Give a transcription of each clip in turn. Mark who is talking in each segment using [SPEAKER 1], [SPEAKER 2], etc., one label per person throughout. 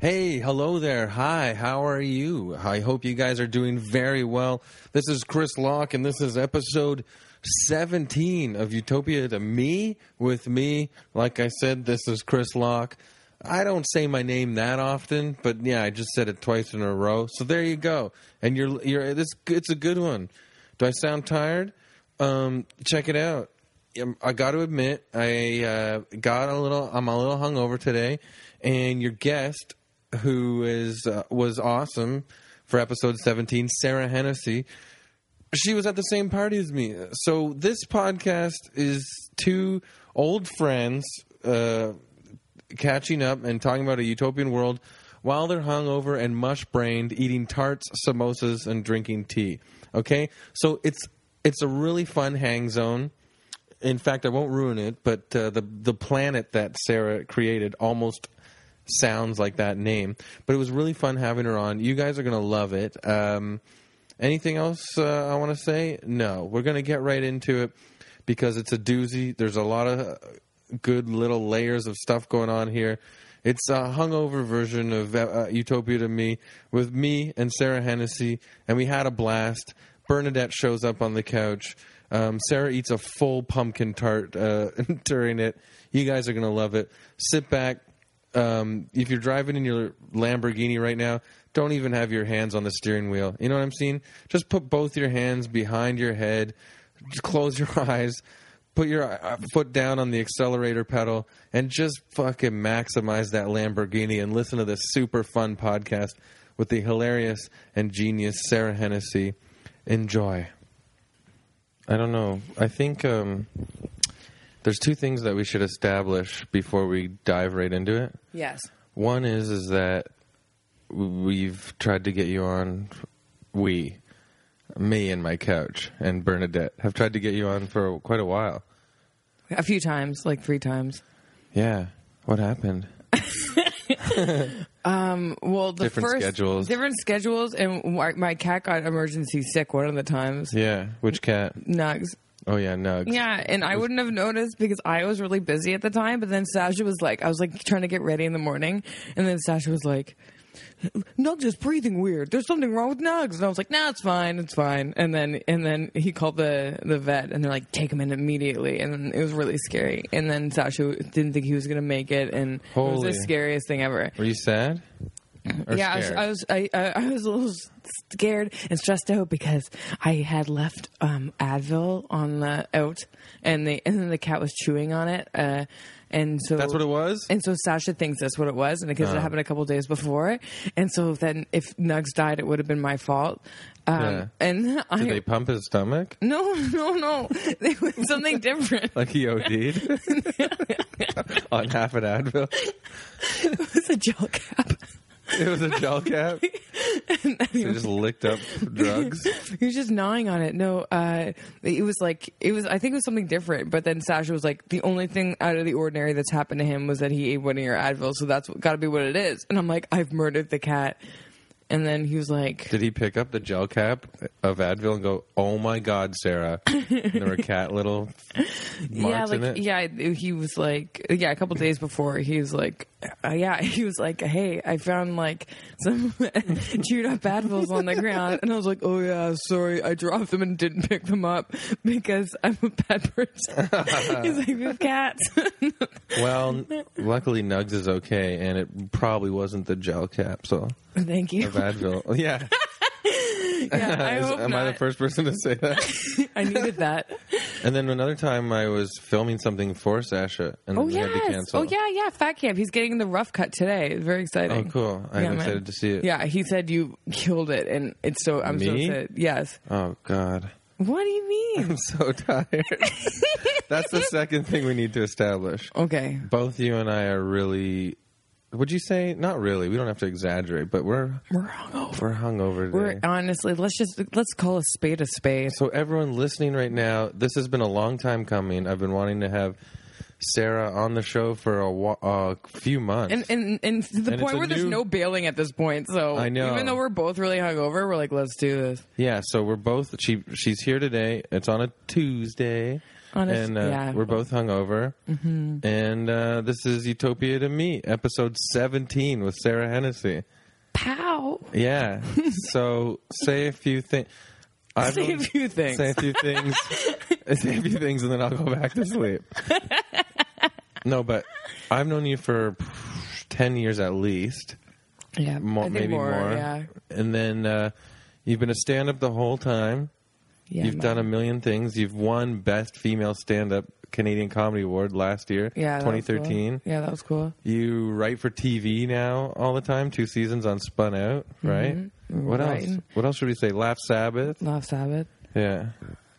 [SPEAKER 1] Hey, hello there. Hi, how are you? I hope you guys are doing very well. This is Chris Locke, and this is episode 17 of Utopia to Me with me. Like I said, this is Chris Locke. I don't say my name that often, but yeah, I just said it twice in a row. So there you go. And you're you're this it's a good one. Do I sound tired? Um, check it out. Um, I got to admit, I uh, got a little. I'm a little hungover today, and your guest, who is uh, was awesome for episode 17, Sarah Hennessy. She was at the same party as me. So this podcast is two old friends uh, catching up and talking about a utopian world while they're hungover and mush brained, eating tarts, samosas, and drinking tea. Okay, so it's it's a really fun hang zone. In fact, I won't ruin it, but uh, the the planet that Sarah created almost sounds like that name. But it was really fun having her on. You guys are gonna love it. Um, anything else uh, I want to say? No, we're gonna get right into it because it's a doozy. There's a lot of uh, good little layers of stuff going on here. It's a hungover version of uh, Utopia to me with me and Sarah Hennessy, and we had a blast. Bernadette shows up on the couch. Um, Sarah eats a full pumpkin tart uh, during it. You guys are going to love it. Sit back. Um, if you're driving in your Lamborghini right now, don't even have your hands on the steering wheel. You know what I'm saying? Just put both your hands behind your head, just close your eyes, put your uh, foot down on the accelerator pedal, and just fucking maximize that Lamborghini and listen to this super fun podcast with the hilarious and genius Sarah Hennessy. Enjoy. I don't know. I think um, there's two things that we should establish before we dive right into it.
[SPEAKER 2] Yes.
[SPEAKER 1] One is is that we've tried to get you on. We, me, and my couch and Bernadette have tried to get you on for quite a while.
[SPEAKER 2] A few times, like three times.
[SPEAKER 1] Yeah. What happened?
[SPEAKER 2] Well, the
[SPEAKER 1] Different
[SPEAKER 2] first
[SPEAKER 1] schedules.
[SPEAKER 2] different schedules, and my, my cat got emergency sick one of the times.
[SPEAKER 1] Yeah. Which cat?
[SPEAKER 2] Nugs.
[SPEAKER 1] Oh yeah, Nugs.
[SPEAKER 2] Yeah, and I wouldn't have noticed because I was really busy at the time. But then Sasha was like, I was like trying to get ready in the morning, and then Sasha was like, Nugs is breathing weird. There's something wrong with Nugs, and I was like, No, it's fine, it's fine. And then and then he called the the vet, and they're like, Take him in immediately, and it was really scary. And then Sasha didn't think he was gonna make it, and it was
[SPEAKER 1] Holy.
[SPEAKER 2] the scariest thing ever.
[SPEAKER 1] Were you sad? Or
[SPEAKER 2] yeah,
[SPEAKER 1] scared?
[SPEAKER 2] I was I was, I, I, I was a little s- scared and stressed out because I had left um, Advil on the out, and the and then the cat was chewing on it, uh, and so
[SPEAKER 1] That's what it Uh. was.
[SPEAKER 2] And so Sasha thinks that's what it was, and because it happened a couple days before, and so then if Nugs died, it would have been my fault. Um,
[SPEAKER 1] Yeah.
[SPEAKER 2] And I
[SPEAKER 1] Did they pump his stomach?
[SPEAKER 2] no no no, it was something different.
[SPEAKER 1] Like he OD'd on half an Advil.
[SPEAKER 2] it was a gel cap.
[SPEAKER 1] It was a gel cap. They just licked up drugs.
[SPEAKER 2] He was just gnawing on it. No, uh, it was like it was. I think it was something different. But then Sasha was like, the only thing out of the ordinary that's happened to him was that he ate one of your Advil. So that's got to be what it is. And I'm like, I've murdered the cat. And then he was like,
[SPEAKER 1] Did he pick up the gel cap of Advil and go, "Oh my God, Sarah"? And there were cat little marks
[SPEAKER 2] Yeah,
[SPEAKER 1] in it.
[SPEAKER 2] like yeah, he was like yeah. A couple days before, he was like, uh, yeah, he was like, hey, I found like some chewed up Advils on the ground, and I was like, oh yeah, sorry, I dropped them and didn't pick them up because I'm a bad person. He's like, we have cats.
[SPEAKER 1] Well, luckily Nugs is okay, and it probably wasn't the gel cap. So
[SPEAKER 2] Thank you.
[SPEAKER 1] of Advil. Yeah.
[SPEAKER 2] Yeah, I
[SPEAKER 1] Is-
[SPEAKER 2] hope
[SPEAKER 1] am I the
[SPEAKER 2] not.
[SPEAKER 1] first person to say that?
[SPEAKER 2] I needed that.
[SPEAKER 1] And then another time I was filming something for Sasha, and
[SPEAKER 2] Oh
[SPEAKER 1] we had to
[SPEAKER 2] yes.
[SPEAKER 1] cancel.
[SPEAKER 2] Oh yeah, yeah. Fat camp. He's getting the rough cut today. Very
[SPEAKER 1] Oh
[SPEAKER 2] exciting.
[SPEAKER 1] cool!
[SPEAKER 2] Yeah,
[SPEAKER 1] I'm
[SPEAKER 2] man.
[SPEAKER 1] excited to see it.
[SPEAKER 2] Yeah, he said you killed it, and it's so I'm so
[SPEAKER 1] Me?
[SPEAKER 2] excited. Yes.
[SPEAKER 1] Oh god,
[SPEAKER 2] What do you mean?
[SPEAKER 1] I'm so tired. That's the second thing we need to establish.
[SPEAKER 2] Okay.
[SPEAKER 1] Both you and I are really. Would you say not really? We don't have to exaggerate, but we're
[SPEAKER 2] We're hungover.
[SPEAKER 1] we're hungover today.
[SPEAKER 2] We're honestly, let's just let's call a spade a spade.
[SPEAKER 1] So everyone listening right now, this has been a long time coming. I've been wanting to have Sarah on the show for a wa- uh, few months.
[SPEAKER 2] And and and to the
[SPEAKER 1] And it's a
[SPEAKER 2] point where there's
[SPEAKER 1] new-
[SPEAKER 2] no bailing at this point. So
[SPEAKER 1] I know.
[SPEAKER 2] even though we're both really hungover, we're like, let's do this.
[SPEAKER 1] yeah, so we're both she she's here today. It's on a Tuesday.
[SPEAKER 2] Honest-
[SPEAKER 1] and uh,
[SPEAKER 2] yeah. Mm-hmm.
[SPEAKER 1] we're both hungover. And uh, this is Utopia to Me, episode 17 with Sarah Hennessy.
[SPEAKER 2] Pow.
[SPEAKER 1] Yeah. so say a few things.
[SPEAKER 2] Say a few things.
[SPEAKER 1] Say a few things. say a few things, and then I'll go back to sleep. no, but I've known you for ten years at least,
[SPEAKER 2] Yeah.
[SPEAKER 1] more,
[SPEAKER 2] I think
[SPEAKER 1] maybe more.
[SPEAKER 2] Yeah.
[SPEAKER 1] And then uh, you've been a stand-up the whole time.
[SPEAKER 2] yeah
[SPEAKER 1] You've
[SPEAKER 2] my-
[SPEAKER 1] done a million things. You've won Best Female Stand Up Canadian Comedy Award last year,
[SPEAKER 2] yeah, that was cool.
[SPEAKER 1] 2013.
[SPEAKER 2] Yeah, that was cool.
[SPEAKER 1] You write for TV now all the time, two seasons on Spun Out,
[SPEAKER 2] Mm-hmm.
[SPEAKER 1] right? What else?
[SPEAKER 2] Writing.
[SPEAKER 1] What else should we say? Laugh Sabbath?
[SPEAKER 2] Love Sabbath.
[SPEAKER 1] Yeah.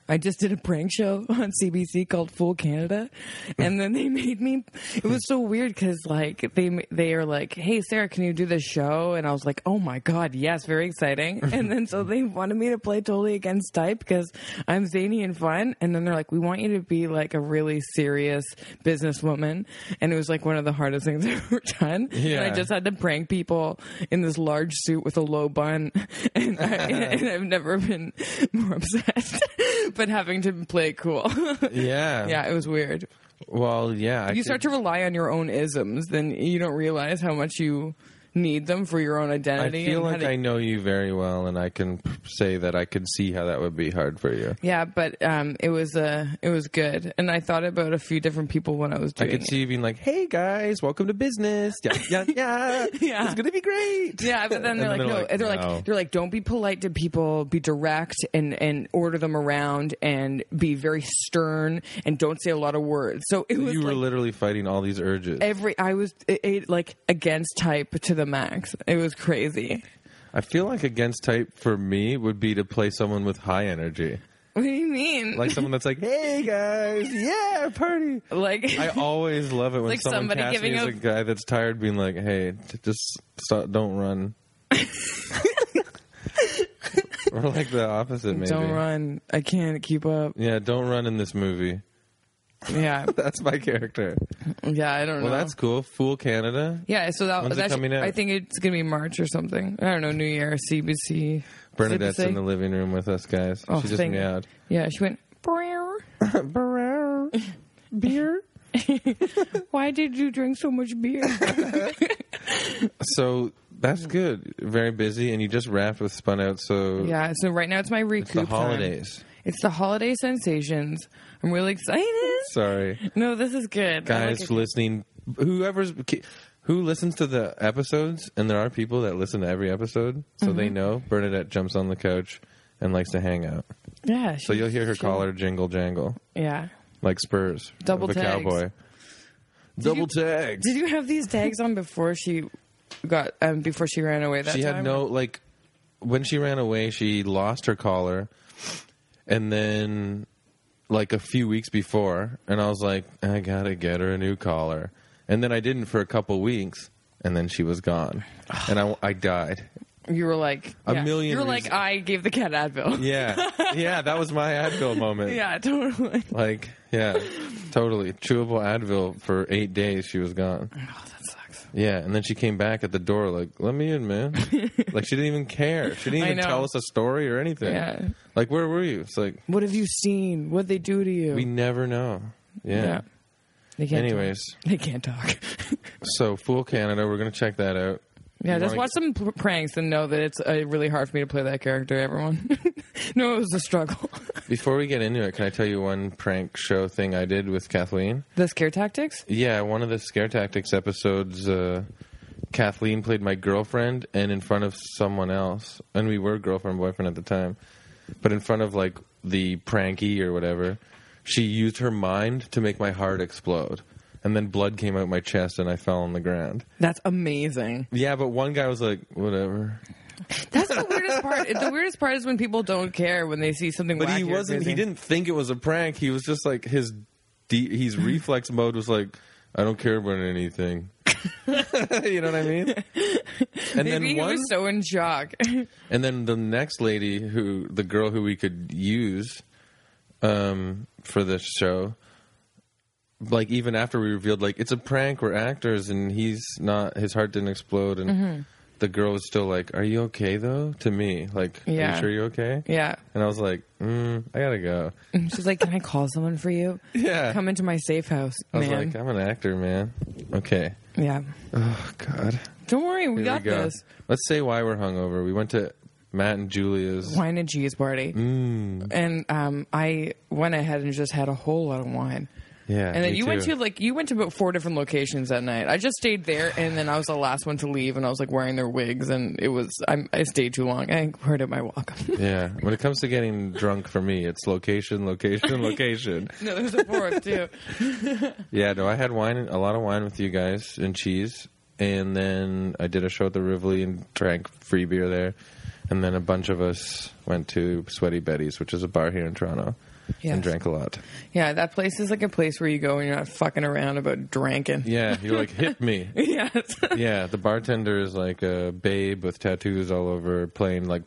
[SPEAKER 2] I just did a prank show on CBC called Fool Canada, and then they made me. It was so weird because like they they are like, "Hey Sarah, can you do this show?" And I was like, "Oh my god, yes, very exciting!" And then so they wanted me to play totally against type because I'm zany and fun, and then they're like, "We want you to be like a really serious businesswoman," and it was like one of the hardest things I've ever done. And
[SPEAKER 1] Yeah.
[SPEAKER 2] I just had to prank people in this large suit with a low bun, and, I, and I've never been more obsessed. but having to play it cool,
[SPEAKER 1] Yeah.
[SPEAKER 2] yeah, it was weird.
[SPEAKER 1] Well, yeah. I
[SPEAKER 2] You start to rely on your own isms, then you don't realize how much you need them for your own
[SPEAKER 1] I
[SPEAKER 2] identity.
[SPEAKER 1] feel
[SPEAKER 2] and how
[SPEAKER 1] like
[SPEAKER 2] to-
[SPEAKER 1] I know you very well, and I can p- say that I could see how that would be hard for you.
[SPEAKER 2] yeah, but um, it was uh, it was good, and I thought about a few different people when I was
[SPEAKER 1] I
[SPEAKER 2] doing
[SPEAKER 1] could
[SPEAKER 2] it.
[SPEAKER 1] see you being like, "Hey guys, welcome to business. Yeah, yeah, yeah.
[SPEAKER 2] Yeah.
[SPEAKER 1] It's gonna be great."
[SPEAKER 2] Yeah, but
[SPEAKER 1] And
[SPEAKER 2] then they're like, no, they're like,
[SPEAKER 1] no.
[SPEAKER 2] they're like, don't be polite to people, be direct and and order them around, and be very stern, and don't say a lot of words. So it was
[SPEAKER 1] you were
[SPEAKER 2] like
[SPEAKER 1] literally fighting all these urges.
[SPEAKER 2] every I was it, it, like against type to the max. It was crazy.
[SPEAKER 1] I feel like against type for me would be to play someone with high energy,
[SPEAKER 2] What do you mean?
[SPEAKER 1] like someone that's like, "Hey guys, yeah, party."
[SPEAKER 2] like
[SPEAKER 1] I always love it when
[SPEAKER 2] Like
[SPEAKER 1] someone
[SPEAKER 2] somebody
[SPEAKER 1] casts me
[SPEAKER 2] giving
[SPEAKER 1] as
[SPEAKER 2] a-
[SPEAKER 1] a guy that's tired, being like, "Hey, t- just stop, don't run." or like the opposite, maybe.
[SPEAKER 2] don't run. I can't keep up.
[SPEAKER 1] Yeah, don't run in this movie.
[SPEAKER 2] Yeah,
[SPEAKER 1] That's my character.
[SPEAKER 2] yeah. I don't know.
[SPEAKER 1] Well, that's cool. Fool Canada,
[SPEAKER 2] yeah. So that,
[SPEAKER 1] When's it
[SPEAKER 2] that's
[SPEAKER 1] coming out?
[SPEAKER 2] I think it's gonna be March or something. I don't know. New Year, CBC.
[SPEAKER 1] Bernadette's
[SPEAKER 2] CBC?
[SPEAKER 1] in the living room with us guys.
[SPEAKER 2] Oh,
[SPEAKER 1] she just
[SPEAKER 2] thank-
[SPEAKER 1] meowed.
[SPEAKER 2] Yeah, she went. "Brrr.
[SPEAKER 1] Beer.
[SPEAKER 2] Why did you drink so much beer?
[SPEAKER 1] So that's good. Very busy, and you just wrapped with Spun Out. So
[SPEAKER 2] yeah. So right now it's my recoup.
[SPEAKER 1] the
[SPEAKER 2] time.
[SPEAKER 1] holidays.
[SPEAKER 2] It's the holiday sensations. I'm really excited.
[SPEAKER 1] Sorry.
[SPEAKER 2] No, this is good, I
[SPEAKER 1] guys
[SPEAKER 2] like it.
[SPEAKER 1] listening whoever's who listens to the episodes and there are people that listen to every episode so they
[SPEAKER 2] Mm-hmm.
[SPEAKER 1] know bernadette jumps on the couch and likes to hang out
[SPEAKER 2] yeah.
[SPEAKER 1] so you'll hear her collar jingle jangle
[SPEAKER 2] Yeah.
[SPEAKER 1] like spurs
[SPEAKER 2] Double
[SPEAKER 1] of a
[SPEAKER 2] tags.
[SPEAKER 1] cowboy double tags
[SPEAKER 2] Did you have these tags on before she got um before she ran away? That
[SPEAKER 1] she had
[SPEAKER 2] time?
[SPEAKER 1] no like when she ran away she lost her collar and then like a few weeks before and i was like i gotta get her a new collar and then i didn't for a couple weeks and then she was gone and i, I died
[SPEAKER 2] You were like
[SPEAKER 1] A
[SPEAKER 2] yeah.
[SPEAKER 1] million
[SPEAKER 2] You were like
[SPEAKER 1] reasons.
[SPEAKER 2] I gave the cat Advil.
[SPEAKER 1] yeah yeah that was my advil moment
[SPEAKER 2] Yeah, totally.
[SPEAKER 1] like yeah totally chewable advil for eight days she was gone
[SPEAKER 2] Oh, that sucks.
[SPEAKER 1] yeah and then she came back at the door like let me in man like she didn't even care she didn't
[SPEAKER 2] I
[SPEAKER 1] even
[SPEAKER 2] know.
[SPEAKER 1] tell us a story or anything
[SPEAKER 2] Yeah.
[SPEAKER 1] like where were you it's like
[SPEAKER 2] What have you seen? What they do to you?
[SPEAKER 1] We never know. Yeah.
[SPEAKER 2] They can't
[SPEAKER 1] Anyways,
[SPEAKER 2] talk. they can't talk.
[SPEAKER 1] so Fool Canada, we're gonna check that out.
[SPEAKER 2] yeah,
[SPEAKER 1] You
[SPEAKER 2] just
[SPEAKER 1] wanna-
[SPEAKER 2] watch some p- pranks and know that it's uh, really hard for me to play that character. Everyone, no, it was a struggle.
[SPEAKER 1] Before we get into it, can I tell you one prank show thing I did with Kathleen?
[SPEAKER 2] the scare tactics.
[SPEAKER 1] Yeah, one of the Scare Tactics episodes, uh, Kathleen played my girlfriend, and in front of someone else, and we were girlfriend and boyfriend at the time, but in front of like the pranky or whatever, she used her mind to make my heart explode, and then blood came out my chest, and I fell on the ground.
[SPEAKER 2] That's amazing.
[SPEAKER 1] Yeah, but one guy was like, "Whatever."
[SPEAKER 2] That's the weirdest part. The weirdest part is when people don't care when they see something.
[SPEAKER 1] But
[SPEAKER 2] wacky
[SPEAKER 1] he
[SPEAKER 2] or
[SPEAKER 1] wasn't. He
[SPEAKER 2] crazy.
[SPEAKER 1] didn't think it was a prank. He was just like his. De- his reflex mode was like, I don't care about anything. you know what I mean? And
[SPEAKER 2] Maybe
[SPEAKER 1] then
[SPEAKER 2] he
[SPEAKER 1] one.
[SPEAKER 2] was so in shock.
[SPEAKER 1] and then the next lady who the girl who we could use, um, for this show. Like
[SPEAKER 2] Mm-hmm.
[SPEAKER 1] even after we revealed, like it's a prank. We're actors, and he's not. His heart didn't explode, and the girl was still like, "Are you okay though?" To me, like, "Are
[SPEAKER 2] Yeah.
[SPEAKER 1] you sure you're okay?"
[SPEAKER 2] Yeah.
[SPEAKER 1] And I was like, mm, "I gotta go."
[SPEAKER 2] She's like, "Can I call someone for you?
[SPEAKER 1] Yeah.
[SPEAKER 2] Come into my safe house,
[SPEAKER 1] I was
[SPEAKER 2] man."
[SPEAKER 1] like, uh, "I'm an actor, man." Okay.
[SPEAKER 2] yeah.
[SPEAKER 1] Oh God.
[SPEAKER 2] Don't worry, we
[SPEAKER 1] Here
[SPEAKER 2] got
[SPEAKER 1] we go.
[SPEAKER 2] this.
[SPEAKER 1] Let's say why we're hungover. We went to Matt and Julia's.
[SPEAKER 2] Wine and cheese party,
[SPEAKER 1] Mm,
[SPEAKER 2] and um, I went ahead and just had a whole lot of wine.
[SPEAKER 1] yeah.
[SPEAKER 2] And then
[SPEAKER 1] me
[SPEAKER 2] you went
[SPEAKER 1] too.
[SPEAKER 2] to like you went to about four different locations that night. I just stayed there, and then I was the last one to leave, and I was like wearing their wigs, and it was I, I stayed too long. I hurt at my walk.
[SPEAKER 1] Yeah. When it comes to getting drunk for me, it's location, location, location.
[SPEAKER 2] no, there's a fourth too.
[SPEAKER 1] yeah, no, I had wine, a lot of wine with you guys and cheese. And then I did a show at the Rivoli and drank free beer there. And then a bunch of us went to Sweaty Betty's, which is a bar here in Toronto,
[SPEAKER 2] Yes.
[SPEAKER 1] and drank a lot.
[SPEAKER 2] Yeah, that place is like a place where you go and you're not fucking around about drinking.
[SPEAKER 1] Yeah, you're like, hit me.
[SPEAKER 2] Yes.
[SPEAKER 1] Yeah, the bartender is like a babe with tattoos all over playing like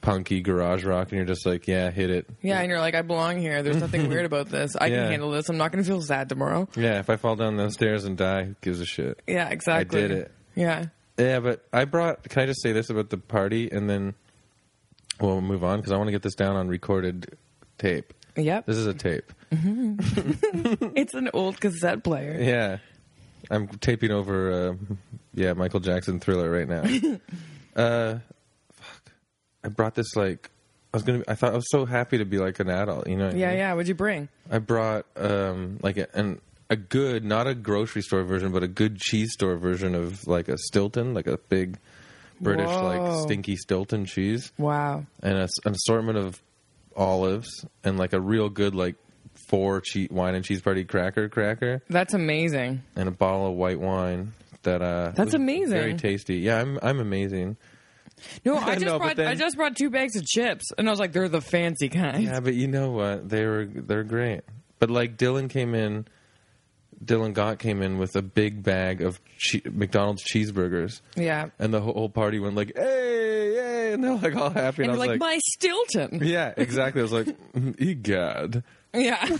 [SPEAKER 1] punky garage rock. And you're just like, yeah, hit it.
[SPEAKER 2] Yeah, and you're like, I belong here. There's nothing weird about this. I
[SPEAKER 1] Yeah.
[SPEAKER 2] can handle this. I'm not going to feel sad tomorrow.
[SPEAKER 1] Yeah, if I fall down those stairs and die, who gives a shit?
[SPEAKER 2] Yeah, exactly.
[SPEAKER 1] did it.
[SPEAKER 2] Yeah.
[SPEAKER 1] Yeah, but I brought. Can I just say this about the party, and then we'll move on because I want to get this down on recorded tape.
[SPEAKER 2] Yep.
[SPEAKER 1] This is a tape.
[SPEAKER 2] It's an old cassette player.
[SPEAKER 1] Yeah, I'm taping over. Uh, yeah, Michael Jackson Thriller right now. uh, fuck. I brought this like. I was gonna. Be, I thought I was so happy to be like an adult. You know. what I
[SPEAKER 2] Yeah,
[SPEAKER 1] mean?
[SPEAKER 2] yeah. What'd you bring?
[SPEAKER 1] I brought um like a, an a good, not a grocery store version, but a good cheese store version of like a Stilton, like a big British like
[SPEAKER 2] Whoa.
[SPEAKER 1] stinky Stilton cheese.
[SPEAKER 2] Wow.
[SPEAKER 1] and a, an assortment of olives and like a real good like four cheat wine and cheese party cracker cracker
[SPEAKER 2] That's amazing.
[SPEAKER 1] and a bottle of white wine that uh
[SPEAKER 2] That's
[SPEAKER 1] was
[SPEAKER 2] amazing.
[SPEAKER 1] very tasty yeah i'm i'm amazing
[SPEAKER 2] No, I just
[SPEAKER 1] No, but
[SPEAKER 2] brought
[SPEAKER 1] then-
[SPEAKER 2] I just brought two bags of chips, and I was like, they're the fancy kind.
[SPEAKER 1] yeah but you know what they were they're great but like dylan came in dylan gott came in with a big bag of che- mcdonald's cheeseburgers
[SPEAKER 2] Yeah.
[SPEAKER 1] and the whole party went like hey hey and they're like all happy and,
[SPEAKER 2] And
[SPEAKER 1] i
[SPEAKER 2] you're
[SPEAKER 1] was
[SPEAKER 2] like, my Stilton.
[SPEAKER 1] yeah exactly i was like "Mm, egad
[SPEAKER 2] Yeah.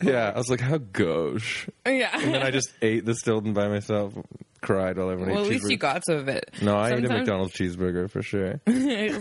[SPEAKER 1] yeah i was like how gauche and then
[SPEAKER 2] yeah.
[SPEAKER 1] I just ate the Stilton by myself, cried while everyone
[SPEAKER 2] Well,
[SPEAKER 1] ate
[SPEAKER 2] at least
[SPEAKER 1] cheeseburgers.
[SPEAKER 2] you got some of it.
[SPEAKER 1] no, I ate a
[SPEAKER 2] Sometimes-
[SPEAKER 1] McDonald's cheeseburger for sure.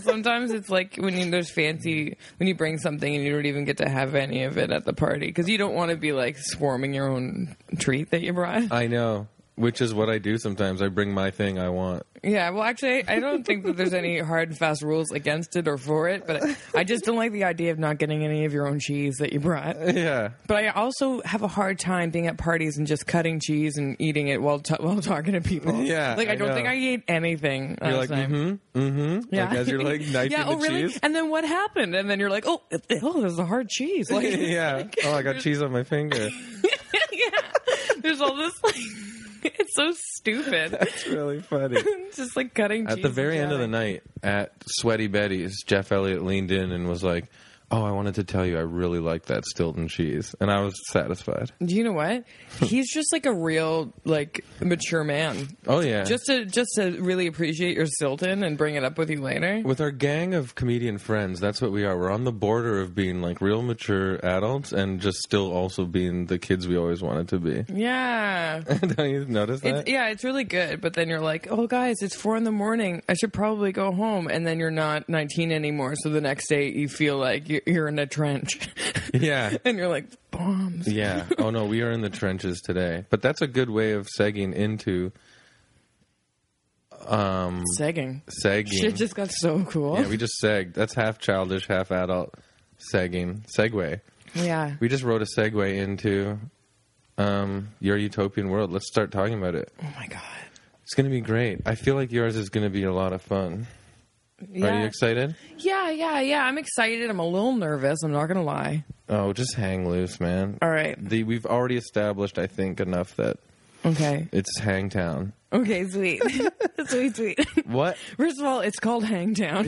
[SPEAKER 2] Sometimes it's like when you, there's fancy when you bring something and you don't even get to have any of it at the party because you don't want to be like swarming your own treat that you brought.
[SPEAKER 1] I know, which is what I do sometimes. I bring my thing I want.
[SPEAKER 2] yeah, well, actually, I don't think that there's any hard and fast rules against it or for it, but I just don't like the idea of not getting any of your own cheese that you brought.
[SPEAKER 1] Yeah,
[SPEAKER 2] But I also have a hard time being at parties and just cutting cheese and eating it while t- while talking to people.
[SPEAKER 1] Yeah,
[SPEAKER 2] like I,
[SPEAKER 1] I
[SPEAKER 2] don't
[SPEAKER 1] know.
[SPEAKER 2] think I ate anything last
[SPEAKER 1] like, "Mm-hmm."
[SPEAKER 2] time. Yeah.
[SPEAKER 1] like as you're like knifing
[SPEAKER 2] yeah, oh,
[SPEAKER 1] the
[SPEAKER 2] really?
[SPEAKER 1] cheese.
[SPEAKER 2] And then what happened? And then you're like, oh, it- oh, there's a hard cheese. Like,
[SPEAKER 1] yeah. Oh, I got cheese on my finger.
[SPEAKER 2] yeah. There's all this. Like, it's so stupid.
[SPEAKER 1] It's really funny.
[SPEAKER 2] just like cutting.
[SPEAKER 1] At the very end of the night at Sweaty Betty's, Jeff Elliott leaned in and was like, "Oh, I wanted to tell you, I really like that Stilton cheese," and I was satisfied.
[SPEAKER 2] Do you know what? He's just like a real like mature man.
[SPEAKER 1] Oh yeah,
[SPEAKER 2] Just to just to really appreciate your Silton and bring it up with you later.
[SPEAKER 1] With our gang of comedian friends, that's what we are. We're on the border of being like real mature adults and just still also being the kids we always wanted to be.
[SPEAKER 2] Yeah.
[SPEAKER 1] Don't you notice that?
[SPEAKER 2] It's, yeah, it's really good. But then you're like, oh, guys, it's four in the morning. I should probably go home. And then you're not 19 anymore. So the next day you feel like you- you're in a trench.
[SPEAKER 1] yeah.
[SPEAKER 2] and you're like, bombs.
[SPEAKER 1] Yeah. Oh no, we are in the trenches today. But that's a good way of segging into
[SPEAKER 2] Segging.
[SPEAKER 1] segging.
[SPEAKER 2] Shit just got so cool.
[SPEAKER 1] Mm. yeah, we just segged. That's half childish, half adult segging. Segway.
[SPEAKER 2] Yeah.
[SPEAKER 1] We just wrote a segue into um, your utopian world. Let's start talking about it.
[SPEAKER 2] oh, my God.
[SPEAKER 1] It's going to be great. I feel like yours is going to be a lot of fun. Are you
[SPEAKER 2] Yeah.
[SPEAKER 1] excited?
[SPEAKER 2] yeah, yeah, yeah. I'm excited. I'm a little nervous. I'm not going to lie.
[SPEAKER 1] Oh, just hang loose, man.
[SPEAKER 2] All right.
[SPEAKER 1] The, we've already established, I think, enough that
[SPEAKER 2] Okay.
[SPEAKER 1] it's Hangtown.
[SPEAKER 2] Okay, sweet. sweet, sweet.
[SPEAKER 1] What?
[SPEAKER 2] First of all, it's called Hangtown.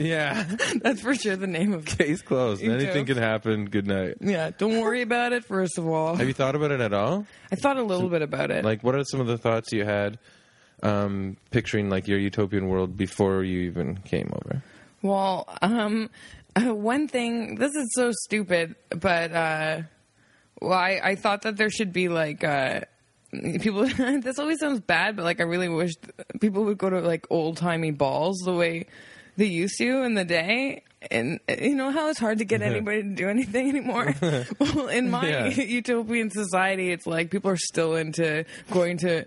[SPEAKER 1] Yeah.
[SPEAKER 2] That's for sure the name of it.
[SPEAKER 1] Case closed.
[SPEAKER 2] You
[SPEAKER 1] Anything
[SPEAKER 2] joke.
[SPEAKER 1] can happen. Good night.
[SPEAKER 2] Yeah, don't worry about it, first of all.
[SPEAKER 1] Have you thought about it at all?
[SPEAKER 2] I thought a little bit about it.
[SPEAKER 1] Like, what are some of the thoughts you had um, picturing like your utopian world before you even came over?
[SPEAKER 2] Well, um, uh, one thing, this is so stupid, but, uh, well, I, I thought that there should be like, uh, people this always sounds bad but like i really wish th- people would go to like old-timey balls the way they used to in the day and uh, you know how it's hard to get anybody to do anything anymore well in my
[SPEAKER 1] Yeah.
[SPEAKER 2] utopian society it's like people are still into going to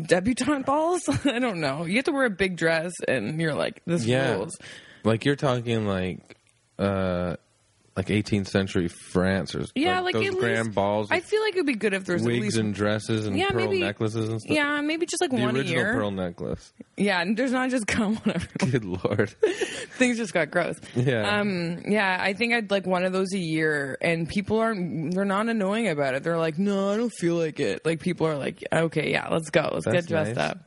[SPEAKER 2] debutante balls i don't know you have to wear a big dress and you're like this
[SPEAKER 1] Yeah.
[SPEAKER 2] rules
[SPEAKER 1] Like you're talking like uh like 18th century France or
[SPEAKER 2] yeah like,
[SPEAKER 1] those
[SPEAKER 2] at
[SPEAKER 1] grand
[SPEAKER 2] least,
[SPEAKER 1] balls,
[SPEAKER 2] i
[SPEAKER 1] with
[SPEAKER 2] feel like it would be good if there's at
[SPEAKER 1] wigs
[SPEAKER 2] least
[SPEAKER 1] and dresses and
[SPEAKER 2] Yeah,
[SPEAKER 1] pearl
[SPEAKER 2] maybe-
[SPEAKER 1] necklaces and stuff.
[SPEAKER 2] yeah maybe just like
[SPEAKER 1] The
[SPEAKER 2] one a
[SPEAKER 1] original
[SPEAKER 2] year
[SPEAKER 1] pearl necklace.
[SPEAKER 2] yeah and there's not just come on everyone
[SPEAKER 1] Good lord.
[SPEAKER 2] things just got gross.
[SPEAKER 1] Yeah.
[SPEAKER 2] Um, yeah, I think I'd like one of those a year, and people aren't, they're not annoying about it. They're like, no, I don't feel like it. Like, people are like, okay, yeah, let's go. Let's
[SPEAKER 1] That's
[SPEAKER 2] get dressed
[SPEAKER 1] nice.
[SPEAKER 2] up.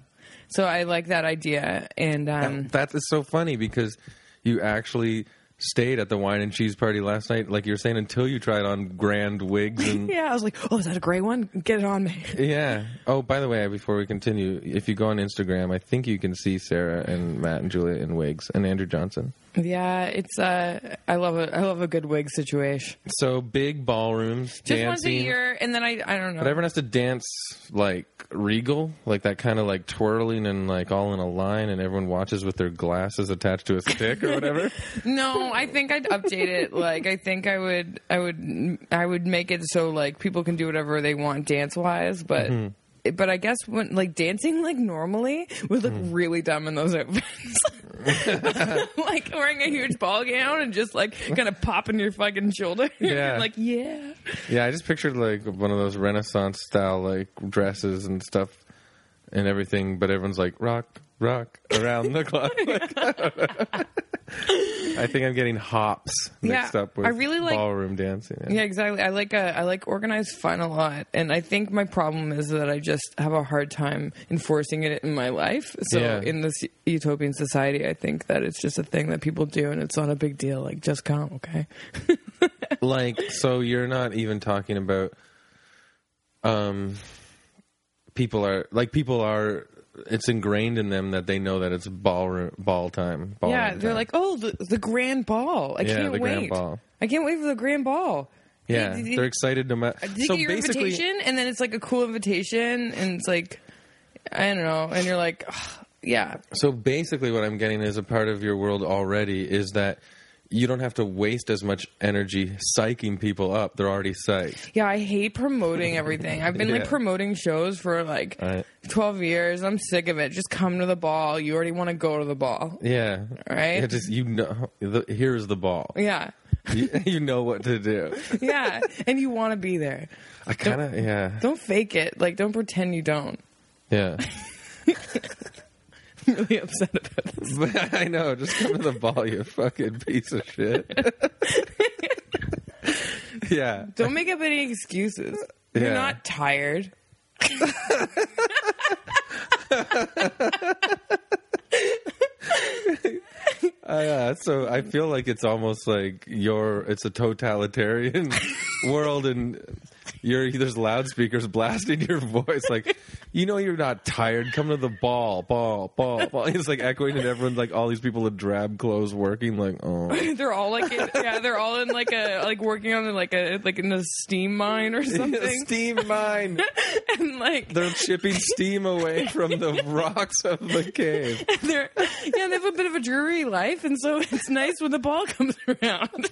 [SPEAKER 2] So I like that idea. And, um,
[SPEAKER 1] that is so funny because you actually stayed at the wine and cheese party last night, like you're saying, until you tried on grand wigs and
[SPEAKER 2] yeah, I was like, oh, is that a gray one? Get it on me.
[SPEAKER 1] Yeah. Oh, by the way, before we continue, if you go on Instagram, I think you can see Sarah and Matt and Julia in wigs and Andrew Johnson.
[SPEAKER 2] yeah, it's, uh, I love it. I love a good wig situation.
[SPEAKER 1] So big ballrooms,
[SPEAKER 2] Just
[SPEAKER 1] dancing.
[SPEAKER 2] once a year, and then I, I don't know.
[SPEAKER 1] But everyone has to dance like regal, like that kind of like twirling and like all in a line, and everyone watches with their glasses attached to a stick or whatever.
[SPEAKER 2] No, I think I'd update it. Like, I think I would, I would, I would make it so like people can do whatever they want dance wise, but. But I guess when like dancing like normally would look really dumb in those outfits, like wearing a huge ball gown and just like kind of popping your fucking shoulder.
[SPEAKER 1] Yeah.
[SPEAKER 2] like yeah,
[SPEAKER 1] yeah, I just pictured like one of those Renaissance style like dresses and stuff and everything, but everyone's like rock, rock around the clock. Like, I think I'm getting hops mixed
[SPEAKER 2] Yeah,
[SPEAKER 1] up with
[SPEAKER 2] I really like-
[SPEAKER 1] ballroom dancing.
[SPEAKER 2] yeah, exactly. I like uh, I like organized fun a lot, and I think my problem is that I just have a hard time enforcing it in my life. So
[SPEAKER 1] Yeah.
[SPEAKER 2] in this utopian society, I think that it's just a thing that people do, and it's not a big deal. Like just come, okay?
[SPEAKER 1] like so you're not even talking about um people are like people are it's ingrained in them that they know that it's ballroom ball time. Ball
[SPEAKER 2] yeah, they're like, oh, the, the grand ball. I
[SPEAKER 1] Yeah,
[SPEAKER 2] can't
[SPEAKER 1] the
[SPEAKER 2] wait.
[SPEAKER 1] grand ball.
[SPEAKER 2] I can't wait for the grand ball.
[SPEAKER 1] yeah,
[SPEAKER 2] Did- did-
[SPEAKER 1] they're excited no matter.
[SPEAKER 2] Did you
[SPEAKER 1] So
[SPEAKER 2] get your
[SPEAKER 1] basically,
[SPEAKER 2] invitation? And then it's like a cool invitation, and it's like, I don't know, and you're like, "Ugh, yeah,
[SPEAKER 1] So basically, what I'm getting is a part of your world already is that you don't have to waste as much energy psyching people up. They're already psyched.
[SPEAKER 2] Yeah, I hate promoting everything. I've been like
[SPEAKER 1] Yeah.
[SPEAKER 2] promoting shows for like
[SPEAKER 1] Right.
[SPEAKER 2] 12 years. I'm sick of it. Just come to the ball. You already want to go to the ball.
[SPEAKER 1] Yeah.
[SPEAKER 2] Right.
[SPEAKER 1] Yeah, just you know, the, here's the ball.
[SPEAKER 2] Yeah.
[SPEAKER 1] You, you know what to do.
[SPEAKER 2] Yeah. and you want to be there.
[SPEAKER 1] I kind of yeah
[SPEAKER 2] Don't fake it. Like, don't pretend you don't.
[SPEAKER 1] yeah.
[SPEAKER 2] I'm really upset about this.
[SPEAKER 1] But I know. Just come to the ball, you fucking piece of shit. yeah.
[SPEAKER 2] Don't make up any excuses. You're
[SPEAKER 1] Yeah.
[SPEAKER 2] not tired.
[SPEAKER 1] Yeah, so I feel like it's almost like you're it's a totalitarian world and you're there's loudspeakers blasting your voice like you know you're not tired come to the ball ball ball ball it's like echoing and everyone's like all these people in drab clothes working like oh
[SPEAKER 2] They're all like, in, yeah, they're all in like a, like working on like a, like in a steam mine or something.
[SPEAKER 1] steam mine
[SPEAKER 2] and like,
[SPEAKER 1] they're chipping steam away from the rocks of the cave
[SPEAKER 2] they're yeah they have a bit of a dreary life and so it's nice when the ball comes around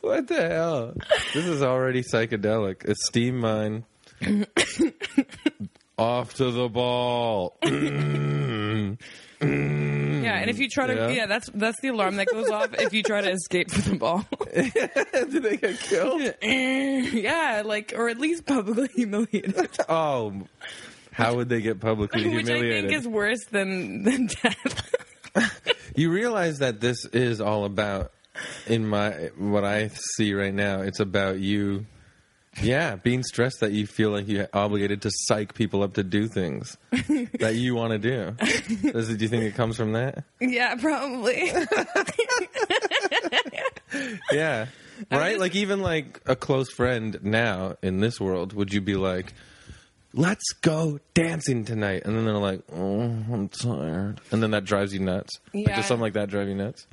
[SPEAKER 1] what the hell this is already psychedelic a steam mine off to the ball
[SPEAKER 2] yeah and if you try to yeah.
[SPEAKER 1] Yeah.
[SPEAKER 2] that's that's the alarm that goes off if you try to escape from the ball
[SPEAKER 1] Did they get killed?
[SPEAKER 2] yeah like or at least publicly humiliated
[SPEAKER 1] Oh, how would they get publicly
[SPEAKER 2] which i
[SPEAKER 1] humiliated?
[SPEAKER 2] think is worse than than death
[SPEAKER 1] you realize that this is all about, in my what I see right now, it's about you. Yeah, being stressed that you feel like you're obligated to psych people up to do things that you want to do. Does it, do you think it comes from that?
[SPEAKER 2] yeah probably
[SPEAKER 1] Yeah. Right?
[SPEAKER 2] just-
[SPEAKER 1] like, even like a close friend now in this world, would you be like, let's go dancing tonight? And then they're like, oh, I'm tired. And then that drives you nuts. Like,
[SPEAKER 2] Yeah.
[SPEAKER 1] does something like that drive you nuts?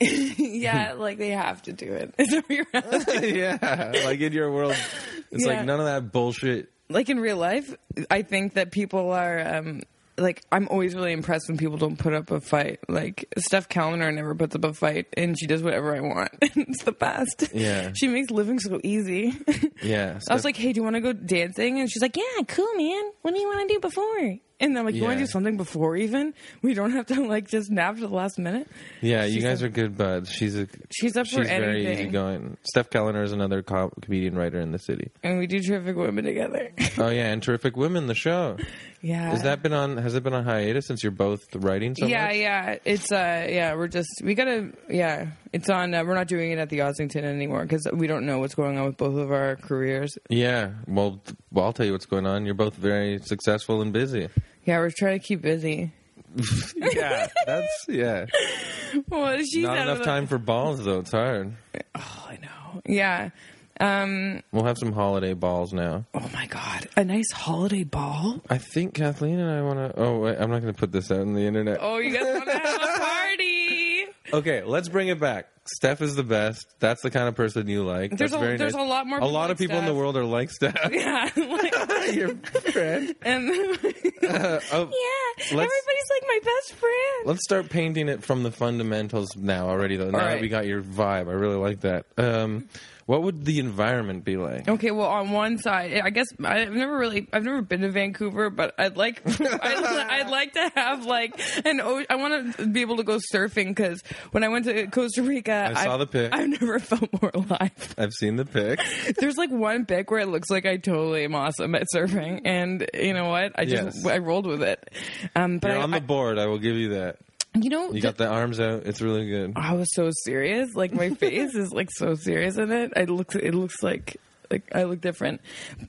[SPEAKER 2] yeah like they have to do it It's a rerun.
[SPEAKER 1] yeah. Like, in your world, it's
[SPEAKER 2] Yeah.
[SPEAKER 1] like none of that bullshit
[SPEAKER 2] like in real life, I think that people are um, like I'm always really impressed when people don't put up a fight. Like Steph Callender never puts up a fight, and she does whatever I want. it's the best.
[SPEAKER 1] Yeah.
[SPEAKER 2] she makes living so easy.
[SPEAKER 1] Yeah.
[SPEAKER 2] I was like, "Hey, do you want to go dancing?" And she's like, "Yeah, cool, man. What do you want to do before?" And I'm like, "You want
[SPEAKER 1] Yeah.
[SPEAKER 2] to do something before even? We don't have to like just nap to the last minute."
[SPEAKER 1] Yeah, you
[SPEAKER 2] She's
[SPEAKER 1] guys
[SPEAKER 2] up-
[SPEAKER 1] are good buds. She's a
[SPEAKER 2] She's up for
[SPEAKER 1] she's very
[SPEAKER 2] anything.
[SPEAKER 1] easygoing. Steph Kellner is another co- comedian writer in the city.
[SPEAKER 2] And we do terrific women together.
[SPEAKER 1] Oh yeah, and terrific women. The show
[SPEAKER 2] yeah.
[SPEAKER 1] has that been on? Has it been on hiatus since you're both writing so
[SPEAKER 2] Uh, yeah,
[SPEAKER 1] much?
[SPEAKER 2] yeah. It's uh, yeah. We're just we gotta yeah. It's on. Uh, we're not doing it at the Ossington anymore because we don't know what's going on with both of our careers.
[SPEAKER 1] Yeah. Well, th- well, I'll tell you what's going on. You're both very successful and busy.
[SPEAKER 2] Yeah, we're trying to keep busy.
[SPEAKER 1] Yeah, that's yeah.
[SPEAKER 2] Well, she's
[SPEAKER 1] Not enough time for balls though. It's hard.
[SPEAKER 2] Oh, I know. Yeah. Um.
[SPEAKER 1] We'll have some holiday balls now.
[SPEAKER 2] Oh my God, a nice holiday ball.
[SPEAKER 1] I think Kathleen and I want to. Oh, wait, I'm not going to put this out on the internet.
[SPEAKER 2] Oh, you guys want to have a party?
[SPEAKER 1] Okay, let's bring it back. Steph is the best. That's the kind of person you like.
[SPEAKER 2] There's
[SPEAKER 1] That's
[SPEAKER 2] a-
[SPEAKER 1] very
[SPEAKER 2] there's
[SPEAKER 1] nice.
[SPEAKER 2] a lot more
[SPEAKER 1] A
[SPEAKER 2] people
[SPEAKER 1] lot
[SPEAKER 2] like
[SPEAKER 1] of people in
[SPEAKER 2] Steph.
[SPEAKER 1] the world are like Steph.
[SPEAKER 2] Yeah. like-
[SPEAKER 1] Your friend.
[SPEAKER 2] and
[SPEAKER 1] Uh, oh,
[SPEAKER 2] yeah,
[SPEAKER 1] Let's-
[SPEAKER 2] everybody's like my best friend.
[SPEAKER 1] Let's start painting it from the fundamentals now already. Though now that
[SPEAKER 2] right.
[SPEAKER 1] we got your vibe, I really like that. Um, what would the environment be like?
[SPEAKER 2] Okay, well, on one side, I guess I've never really, I've never been to Vancouver, but I'd like, I'd, I'd like to have like an, o- I want to be able to go surfing because when I went to Costa Rica,
[SPEAKER 1] I saw the pic.
[SPEAKER 2] I've never felt more alive.
[SPEAKER 1] I've seen the pic.
[SPEAKER 2] There's like one pic where it looks like I totally am awesome at surfing, and you know what? I just,
[SPEAKER 1] Yes.
[SPEAKER 2] I rolled with it. Um, but
[SPEAKER 1] You're
[SPEAKER 2] I,
[SPEAKER 1] on the board. I will give you that.
[SPEAKER 2] I- you know,
[SPEAKER 1] You got the arms out. It's really good.
[SPEAKER 2] I was so serious. Like my face is like so serious in it. I look. It looks like like I look different.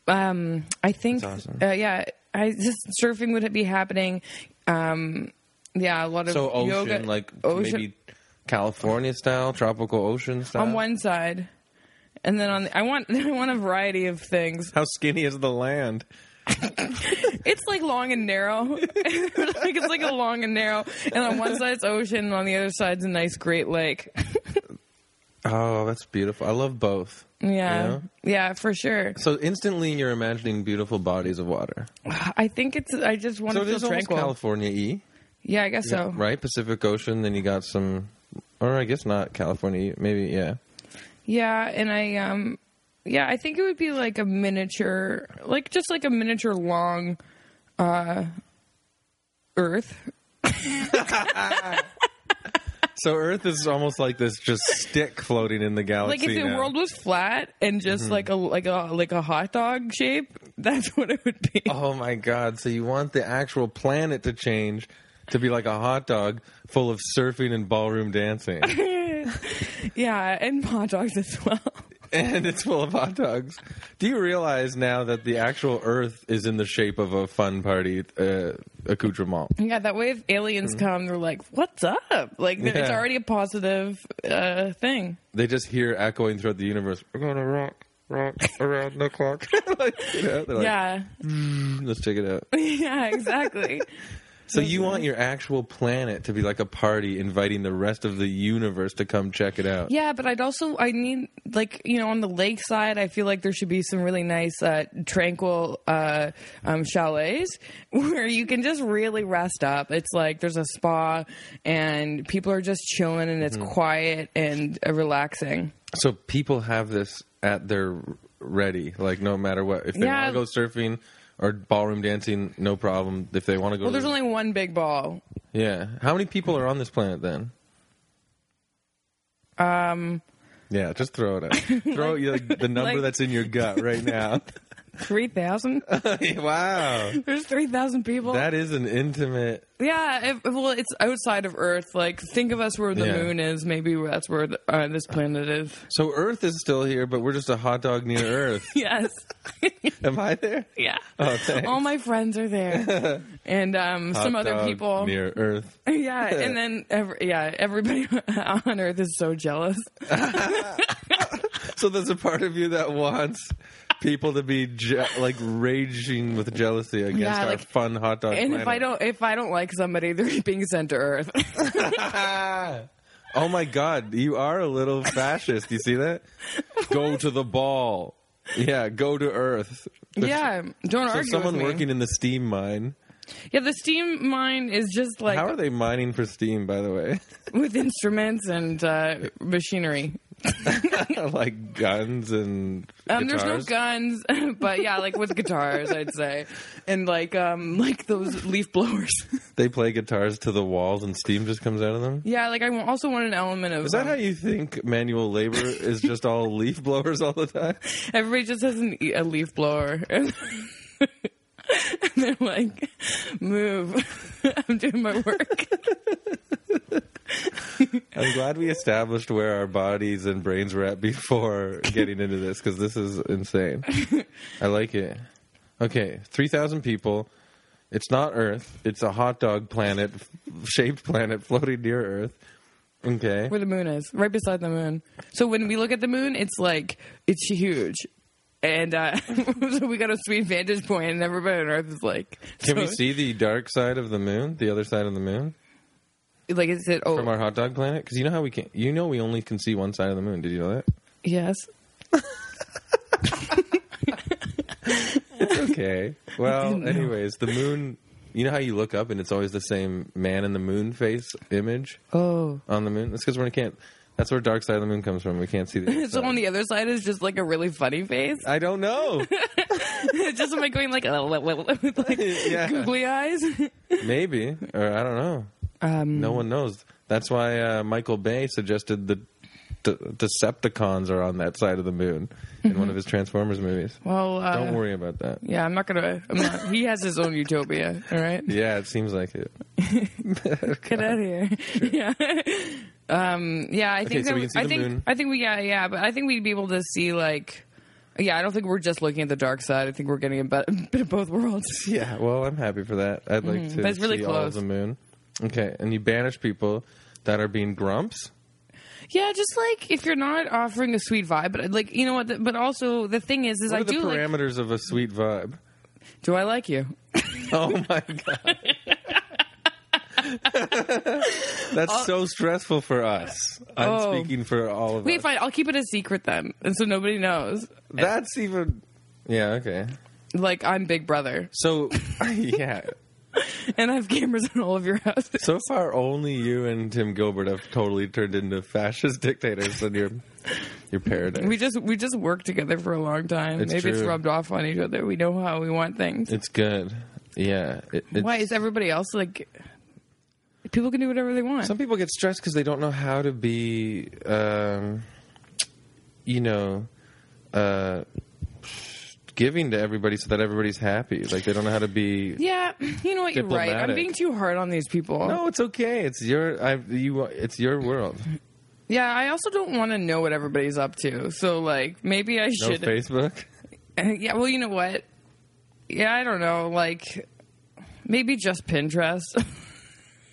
[SPEAKER 2] Um, I think.
[SPEAKER 1] That's awesome.
[SPEAKER 2] Uh, yeah, I just surfing would be happening. Um, yeah, a lot of
[SPEAKER 1] So ocean,
[SPEAKER 2] yoga,
[SPEAKER 1] like
[SPEAKER 2] ocean
[SPEAKER 1] maybe California style, tropical ocean style.
[SPEAKER 2] on one side, and then on the, I want I want a variety of things.
[SPEAKER 1] How skinny is the land?
[SPEAKER 2] It's like long and narrow. like it's like a long and narrow, and on one side's ocean, and on the other side's a nice Great Lake.
[SPEAKER 1] Oh, that's beautiful. I love both.
[SPEAKER 2] yeah, yeah, for sure.
[SPEAKER 1] So instantly you're imagining beautiful bodies of water.
[SPEAKER 2] I think it's. I just want
[SPEAKER 1] So
[SPEAKER 2] to
[SPEAKER 1] it
[SPEAKER 2] feel
[SPEAKER 1] is almost
[SPEAKER 2] tranquil.
[SPEAKER 1] California E.
[SPEAKER 2] Yeah, I guess so.
[SPEAKER 1] Right? Pacific Ocean, then you got some or I guess not California E, maybe yeah.
[SPEAKER 2] Yeah, and I um yeah, I think it would be like a miniature like just like a miniature long uh earth.
[SPEAKER 1] So Earth is almost like this just stick floating in the
[SPEAKER 2] Like
[SPEAKER 1] galaxy.
[SPEAKER 2] if the
[SPEAKER 1] now.
[SPEAKER 2] world was flat and just
[SPEAKER 1] Mm-hmm.
[SPEAKER 2] like a like a like a hot dog shape, that's what it would be.
[SPEAKER 1] Oh my god, so you want the actual planet to change to be like a hot dog full of surfing and ballroom dancing.
[SPEAKER 2] Yeah, and hot dogs as well.
[SPEAKER 1] and it's full of hot dogs. Do you realize now that the actual Earth is in the shape of a fun party uh, accoutrement?
[SPEAKER 2] Yeah, that way if aliens come, they're like, "What's up?" Like th- it's
[SPEAKER 1] Mm-hmm. Yeah.
[SPEAKER 2] already a positive uh thing.
[SPEAKER 1] They just hear echoing throughout the universe. We're gonna rock, rock around the clock. like, you know, they're like, "Hmm,
[SPEAKER 2] yeah.
[SPEAKER 1] let's check it out.
[SPEAKER 2] yeah, exactly.
[SPEAKER 1] So you want your actual planet to be like a party, inviting the rest of the universe to come check it out.
[SPEAKER 2] Yeah, but I'd also I need like you know on the lake side I feel like there should be some really nice uh, tranquil uh, um, chalets where you can just really rest up. It's like there's a spa and people are just chilling and
[SPEAKER 1] Mm-hmm.
[SPEAKER 2] it's quiet and uh, relaxing.
[SPEAKER 1] So people have this at their ready, like no matter what. If they
[SPEAKER 2] Yeah.
[SPEAKER 1] want to go surfing or ballroom dancing, no problem. If they want to go,
[SPEAKER 2] Well,
[SPEAKER 1] to
[SPEAKER 2] there's
[SPEAKER 1] the-
[SPEAKER 2] only one big ball.
[SPEAKER 1] Yeah. How many people are on this planet then? Um. Yeah, just throw it out. Throw out your, the number
[SPEAKER 2] Um, Like-
[SPEAKER 1] that's in your gut right now.
[SPEAKER 2] Three thousand.
[SPEAKER 1] wow,
[SPEAKER 2] there's three thousand people.
[SPEAKER 1] that is an intimate.
[SPEAKER 2] yeah. If, well, it's outside of Earth. Like think of us where the
[SPEAKER 1] Yeah.
[SPEAKER 2] moon is. Maybe that's where the, uh, this planet is.
[SPEAKER 1] So Earth is still here, but we're just a hot dog near Earth.
[SPEAKER 2] Yes.
[SPEAKER 1] Am I there?
[SPEAKER 2] Yeah.
[SPEAKER 1] Oh, thanks.
[SPEAKER 2] All my friends are there, and um, some
[SPEAKER 1] Hot
[SPEAKER 2] other
[SPEAKER 1] dog
[SPEAKER 2] people.
[SPEAKER 1] near Earth.
[SPEAKER 2] Yeah, and then every, yeah, everybody on Earth is so jealous.
[SPEAKER 1] So there's a part of you that wants people to be je- like raging with jealousy against
[SPEAKER 2] Yeah,
[SPEAKER 1] our
[SPEAKER 2] like-
[SPEAKER 1] fun hot dog.
[SPEAKER 2] And if I
[SPEAKER 1] planet.
[SPEAKER 2] don't, if I don't like somebody, they're being sent to Earth.
[SPEAKER 1] Oh my God, you are a little fascist. You see that? Go to the ball. Yeah, go to Earth.
[SPEAKER 2] yeah, don't
[SPEAKER 1] So
[SPEAKER 2] argue.
[SPEAKER 1] someone
[SPEAKER 2] with me.
[SPEAKER 1] working in the steam mine.
[SPEAKER 2] Yeah, the steam mine is just like
[SPEAKER 1] How are they mining for steam, by the way?
[SPEAKER 2] with instruments and uh, machinery.
[SPEAKER 1] like guns and
[SPEAKER 2] Um, there's no
[SPEAKER 1] guitars?
[SPEAKER 2] guns, but yeah, like with guitars, I'd say, and like um, like those leaf blowers.
[SPEAKER 1] They play guitars to the walls and steam just comes out of them.
[SPEAKER 2] yeah, like I wa- also want an element of
[SPEAKER 1] Is that
[SPEAKER 2] um,
[SPEAKER 1] how you think manual labor is just all leaf blowers all the time?
[SPEAKER 2] everybody just has an, e- a leaf blower, and, they're like, "Move, I'm doing my work."
[SPEAKER 1] I'm glad we established where our bodies and brains were at before getting into this because this is insane. I like it. Okay, 3,000 people. It's not Earth, it's a hot dog planet, shaped planet floating near Earth. Okay.
[SPEAKER 2] Where the moon is, right beside the moon. So when we look at the moon, it's like it's huge. And uh, so we got a sweet vantage point, and everybody on Earth is like,
[SPEAKER 1] Can we
[SPEAKER 2] so-
[SPEAKER 1] see the dark side of the moon, the other side of the moon,
[SPEAKER 2] Like, is it? Oh,
[SPEAKER 1] from our hot dog planet? Because you know how we can, you know, we only can see one side of the moon. Did you know that?
[SPEAKER 2] yes.
[SPEAKER 1] Okay. Well, anyways, the moon. You know how you look up and it's always the same man in the moon face image
[SPEAKER 2] Oh,
[SPEAKER 1] on the moon. That's because we can't. That's where dark side of the moon comes from. We can't see the. other
[SPEAKER 2] so
[SPEAKER 1] side.
[SPEAKER 2] on the other side is just like a really funny face.
[SPEAKER 1] I don't know.
[SPEAKER 2] just am I going like, with like
[SPEAKER 1] Yeah.
[SPEAKER 2] googly eyes?
[SPEAKER 1] Maybe or I don't know.
[SPEAKER 2] Um,
[SPEAKER 1] No one knows. That's why uh, Michael Bay suggested the De- Decepticons are on that side of the moon in one of his Transformers movies.
[SPEAKER 2] Well, uh,
[SPEAKER 1] Don't worry about that.
[SPEAKER 2] Mm-hmm. Yeah, I'm not gonna. I'm not, he has his own utopia. All right,
[SPEAKER 1] Yeah, it seems like it.
[SPEAKER 2] get out of here. Yeah. Um. Yeah. I think.
[SPEAKER 1] so
[SPEAKER 2] that
[SPEAKER 1] we can see
[SPEAKER 2] I
[SPEAKER 1] the
[SPEAKER 2] think.
[SPEAKER 1] moon.
[SPEAKER 2] I think we. Yeah. Yeah. But I think we'd be able to see like. Yeah, I don't think we're just looking at the dark side. I think we're getting a bit, a bit of both worlds.
[SPEAKER 1] Yeah, well, I'm happy for that. I'd like to
[SPEAKER 2] But it's Mm-hmm. really
[SPEAKER 1] see all of
[SPEAKER 2] close.
[SPEAKER 1] the moon. Okay, and you banish people that are being grumps.
[SPEAKER 2] Yeah, just like if you're not offering a sweet vibe, but like you know what? The, but also the thing is, is
[SPEAKER 1] What
[SPEAKER 2] I
[SPEAKER 1] are the
[SPEAKER 2] do like.
[SPEAKER 1] parameters of a sweet vibe?
[SPEAKER 2] Do I like you?
[SPEAKER 1] Oh my god. That's so stressful for us. I'm
[SPEAKER 2] Oh.
[SPEAKER 1] speaking for all of
[SPEAKER 2] Okay,
[SPEAKER 1] us.
[SPEAKER 2] fine. I'll keep it a secret then, and so nobody knows.
[SPEAKER 1] That's even Yeah, okay.
[SPEAKER 2] Like I'm Big Brother,
[SPEAKER 1] So yeah.
[SPEAKER 2] and I have cameras in all of your houses.
[SPEAKER 1] So far only you and Tim Gilbert have totally turned into fascist dictators in your your paradise.
[SPEAKER 2] We just we just worked together for a long time.
[SPEAKER 1] It's
[SPEAKER 2] Maybe it's
[SPEAKER 1] true.
[SPEAKER 2] rubbed off on each other. We know how we want things.
[SPEAKER 1] it's good. Yeah. It, it's-
[SPEAKER 2] Why is everybody else like? People can do whatever they want.
[SPEAKER 1] Some people get stressed because they don't know how to be, um, you know, uh, giving to everybody so that everybody's happy. Like they don't know how to be.
[SPEAKER 2] yeah, you know what? You're right. I'm
[SPEAKER 1] Diplomatic.
[SPEAKER 2] being too hard on these people.
[SPEAKER 1] No, it's okay. It's your, I, you, it's your world.
[SPEAKER 2] Yeah, I also don't want to know what everybody's up to. So like, maybe I
[SPEAKER 1] No
[SPEAKER 2] should.
[SPEAKER 1] Facebook.
[SPEAKER 2] yeah. Well, you know what? Yeah, I don't know. Like, maybe just Pinterest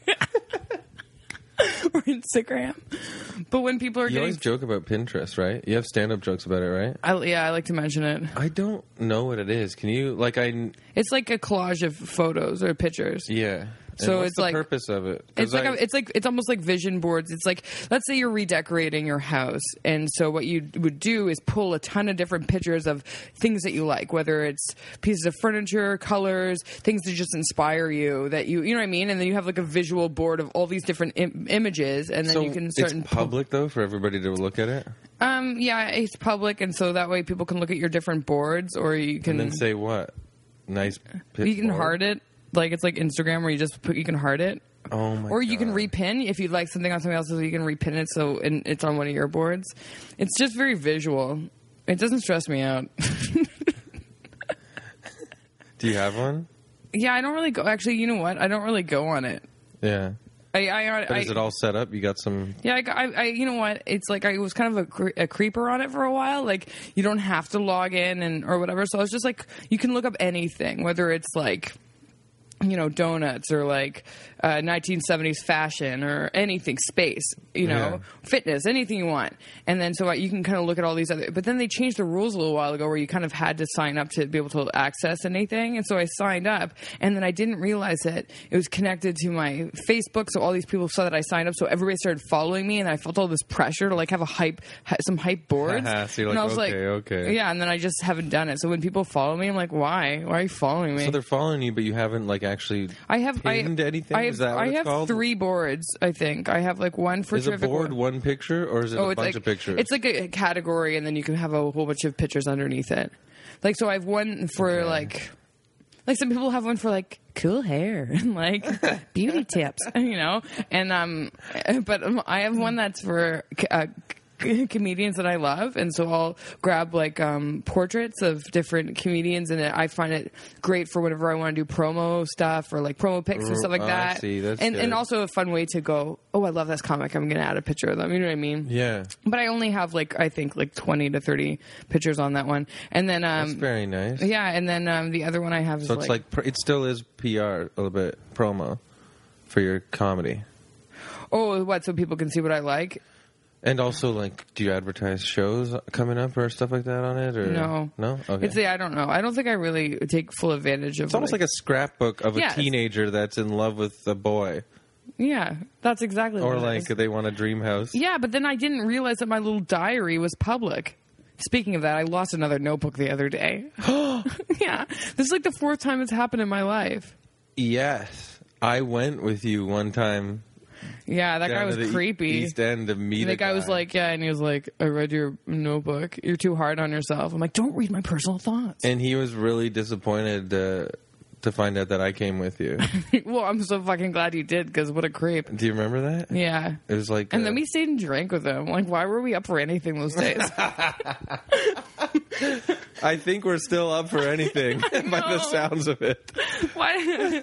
[SPEAKER 2] or Instagram. But when people are
[SPEAKER 1] You always
[SPEAKER 2] getting,
[SPEAKER 1] joke about Pinterest, right? You have stand-up jokes about it, right?
[SPEAKER 2] I, yeah, I like to mention it.
[SPEAKER 1] I don't know what it is. Can you, like, I,
[SPEAKER 2] It's like a collage of photos or pictures.
[SPEAKER 1] yeah. And
[SPEAKER 2] So
[SPEAKER 1] what's
[SPEAKER 2] it's
[SPEAKER 1] the
[SPEAKER 2] like-
[SPEAKER 1] purpose of it. 'Cause
[SPEAKER 2] It's like
[SPEAKER 1] I-
[SPEAKER 2] a, it's like it's almost like vision boards. It's like let's say you're redecorating your house, and so what you would do is pull a ton of different pictures of things that you like, whether it's pieces of furniture, colors, things that just inspire you. That you you know what I mean, and then you have like a visual board of all these different Im- images, and then
[SPEAKER 1] so
[SPEAKER 2] you can
[SPEAKER 1] it's
[SPEAKER 2] certain
[SPEAKER 1] public though for everybody to look at it
[SPEAKER 2] um yeah it's public, and so that way people can look at your different boards, or you can
[SPEAKER 1] and then say what nice.
[SPEAKER 2] you can
[SPEAKER 1] pitboard.
[SPEAKER 2] heart it like it's like Instagram where you just put you can heart it.
[SPEAKER 1] Oh my!
[SPEAKER 2] or you can
[SPEAKER 1] God.
[SPEAKER 2] repin if you like something on somebody else's. You can repin it so and it's on one of your boards. It's just very visual. It doesn't stress me out.
[SPEAKER 1] Do you have one?
[SPEAKER 2] yeah, I don't really go. Actually, you know what? I don't really go on it.
[SPEAKER 1] Yeah.
[SPEAKER 2] I, I,
[SPEAKER 1] But
[SPEAKER 2] I
[SPEAKER 1] is it all set up? You got some.
[SPEAKER 2] yeah, I, I, I, you know what? It's like I was kind of a, cre- a creeper on it for a while. Like you don't have to log in and or whatever. So I was just like, you can look up anything, whether it's like you know, donuts or like uh, 1970s fashion or anything, space, you know, fitness, anything you want. And then so uh, you can kind of look at all these other, but then they changed the rules a little while ago where you kind of had to sign up to be able to access anything. And so I signed up and then I didn't realize that it was connected to my Facebook. So all these people saw that I signed up. So everybody started following me and I felt all this pressure to like have a hype, ha- some hype boards.
[SPEAKER 1] So you're
[SPEAKER 2] and I
[SPEAKER 1] like,
[SPEAKER 2] was
[SPEAKER 1] okay, okay.
[SPEAKER 2] Yeah. And then I just haven't done it. So when people follow me, I'm like, why? Why are you following me?
[SPEAKER 1] So they're following you, but you haven't like actually.
[SPEAKER 2] I have
[SPEAKER 1] pinned
[SPEAKER 2] I,
[SPEAKER 1] anything?
[SPEAKER 2] I have,
[SPEAKER 1] Is that what
[SPEAKER 2] I
[SPEAKER 1] it's
[SPEAKER 2] have
[SPEAKER 1] called?
[SPEAKER 2] three boards. I think I have like one for
[SPEAKER 1] Is a
[SPEAKER 2] terrific
[SPEAKER 1] board one picture or is it
[SPEAKER 2] Oh,
[SPEAKER 1] a
[SPEAKER 2] it's
[SPEAKER 1] bunch
[SPEAKER 2] like
[SPEAKER 1] of pictures?
[SPEAKER 2] it's like a category, and then you can have a whole bunch of pictures underneath it. Like so, I have one for like like some people have one for like cool hair and like beauty tips, you know. And um, but um, I have one that's for uh, c- comedians that I love, and so I'll grab like um portraits of different comedians, and I find it great for whenever I want to do promo stuff or like promo pics and stuff like
[SPEAKER 1] Oh, I
[SPEAKER 2] that.
[SPEAKER 1] see. That's
[SPEAKER 2] and and
[SPEAKER 1] good.
[SPEAKER 2] also a fun way to go. Oh, I love this comic. I'm gonna add a picture of them. You know what I mean?
[SPEAKER 1] yeah,
[SPEAKER 2] But I only have like I think like twenty to thirty pictures on that one, and then
[SPEAKER 1] that's
[SPEAKER 2] um
[SPEAKER 1] very nice.
[SPEAKER 2] yeah, and then um the other one I have is
[SPEAKER 1] so it's like, pr it still is PR a little bit promo for your comedy,
[SPEAKER 2] oh what so people can see what I like.
[SPEAKER 1] and also like, do you advertise shows coming up or stuff like that on it? Or
[SPEAKER 2] No,
[SPEAKER 1] no, okay.
[SPEAKER 2] It's the I don't know. I don't think I really take full advantage of.
[SPEAKER 1] It's almost like a scrapbook of a
[SPEAKER 2] Yes.
[SPEAKER 1] teenager that's in love with a boy,
[SPEAKER 2] yeah. That's exactly
[SPEAKER 1] or
[SPEAKER 2] what it
[SPEAKER 1] like
[SPEAKER 2] is.
[SPEAKER 1] they want a dream house.
[SPEAKER 2] yeah, but then I didn't realize that my little diary was public. Speaking of that, I lost another notebook the other day. yeah, this is like the fourth time it's happened in my life.
[SPEAKER 1] Yes, I went with you one time.
[SPEAKER 2] Yeah, that
[SPEAKER 1] down
[SPEAKER 2] guy was
[SPEAKER 1] to the e-
[SPEAKER 2] creepy.
[SPEAKER 1] East End to meet
[SPEAKER 2] And
[SPEAKER 1] a
[SPEAKER 2] the guy was like, yeah, and he was like, I read your notebook. You're too hard on yourself. I'm like, don't read my personal thoughts.
[SPEAKER 1] and he was really disappointed uh, to find out that I came with you.
[SPEAKER 2] well, I'm so fucking glad you did because what a creep.
[SPEAKER 1] Do you remember that?
[SPEAKER 2] Yeah.
[SPEAKER 1] It was like,
[SPEAKER 2] And
[SPEAKER 1] uh,
[SPEAKER 2] then we stayed and drank with him. Like, why were we up for anything those days?
[SPEAKER 1] I think we're still up for anything by the
[SPEAKER 2] know.
[SPEAKER 1] sounds of it.
[SPEAKER 2] why?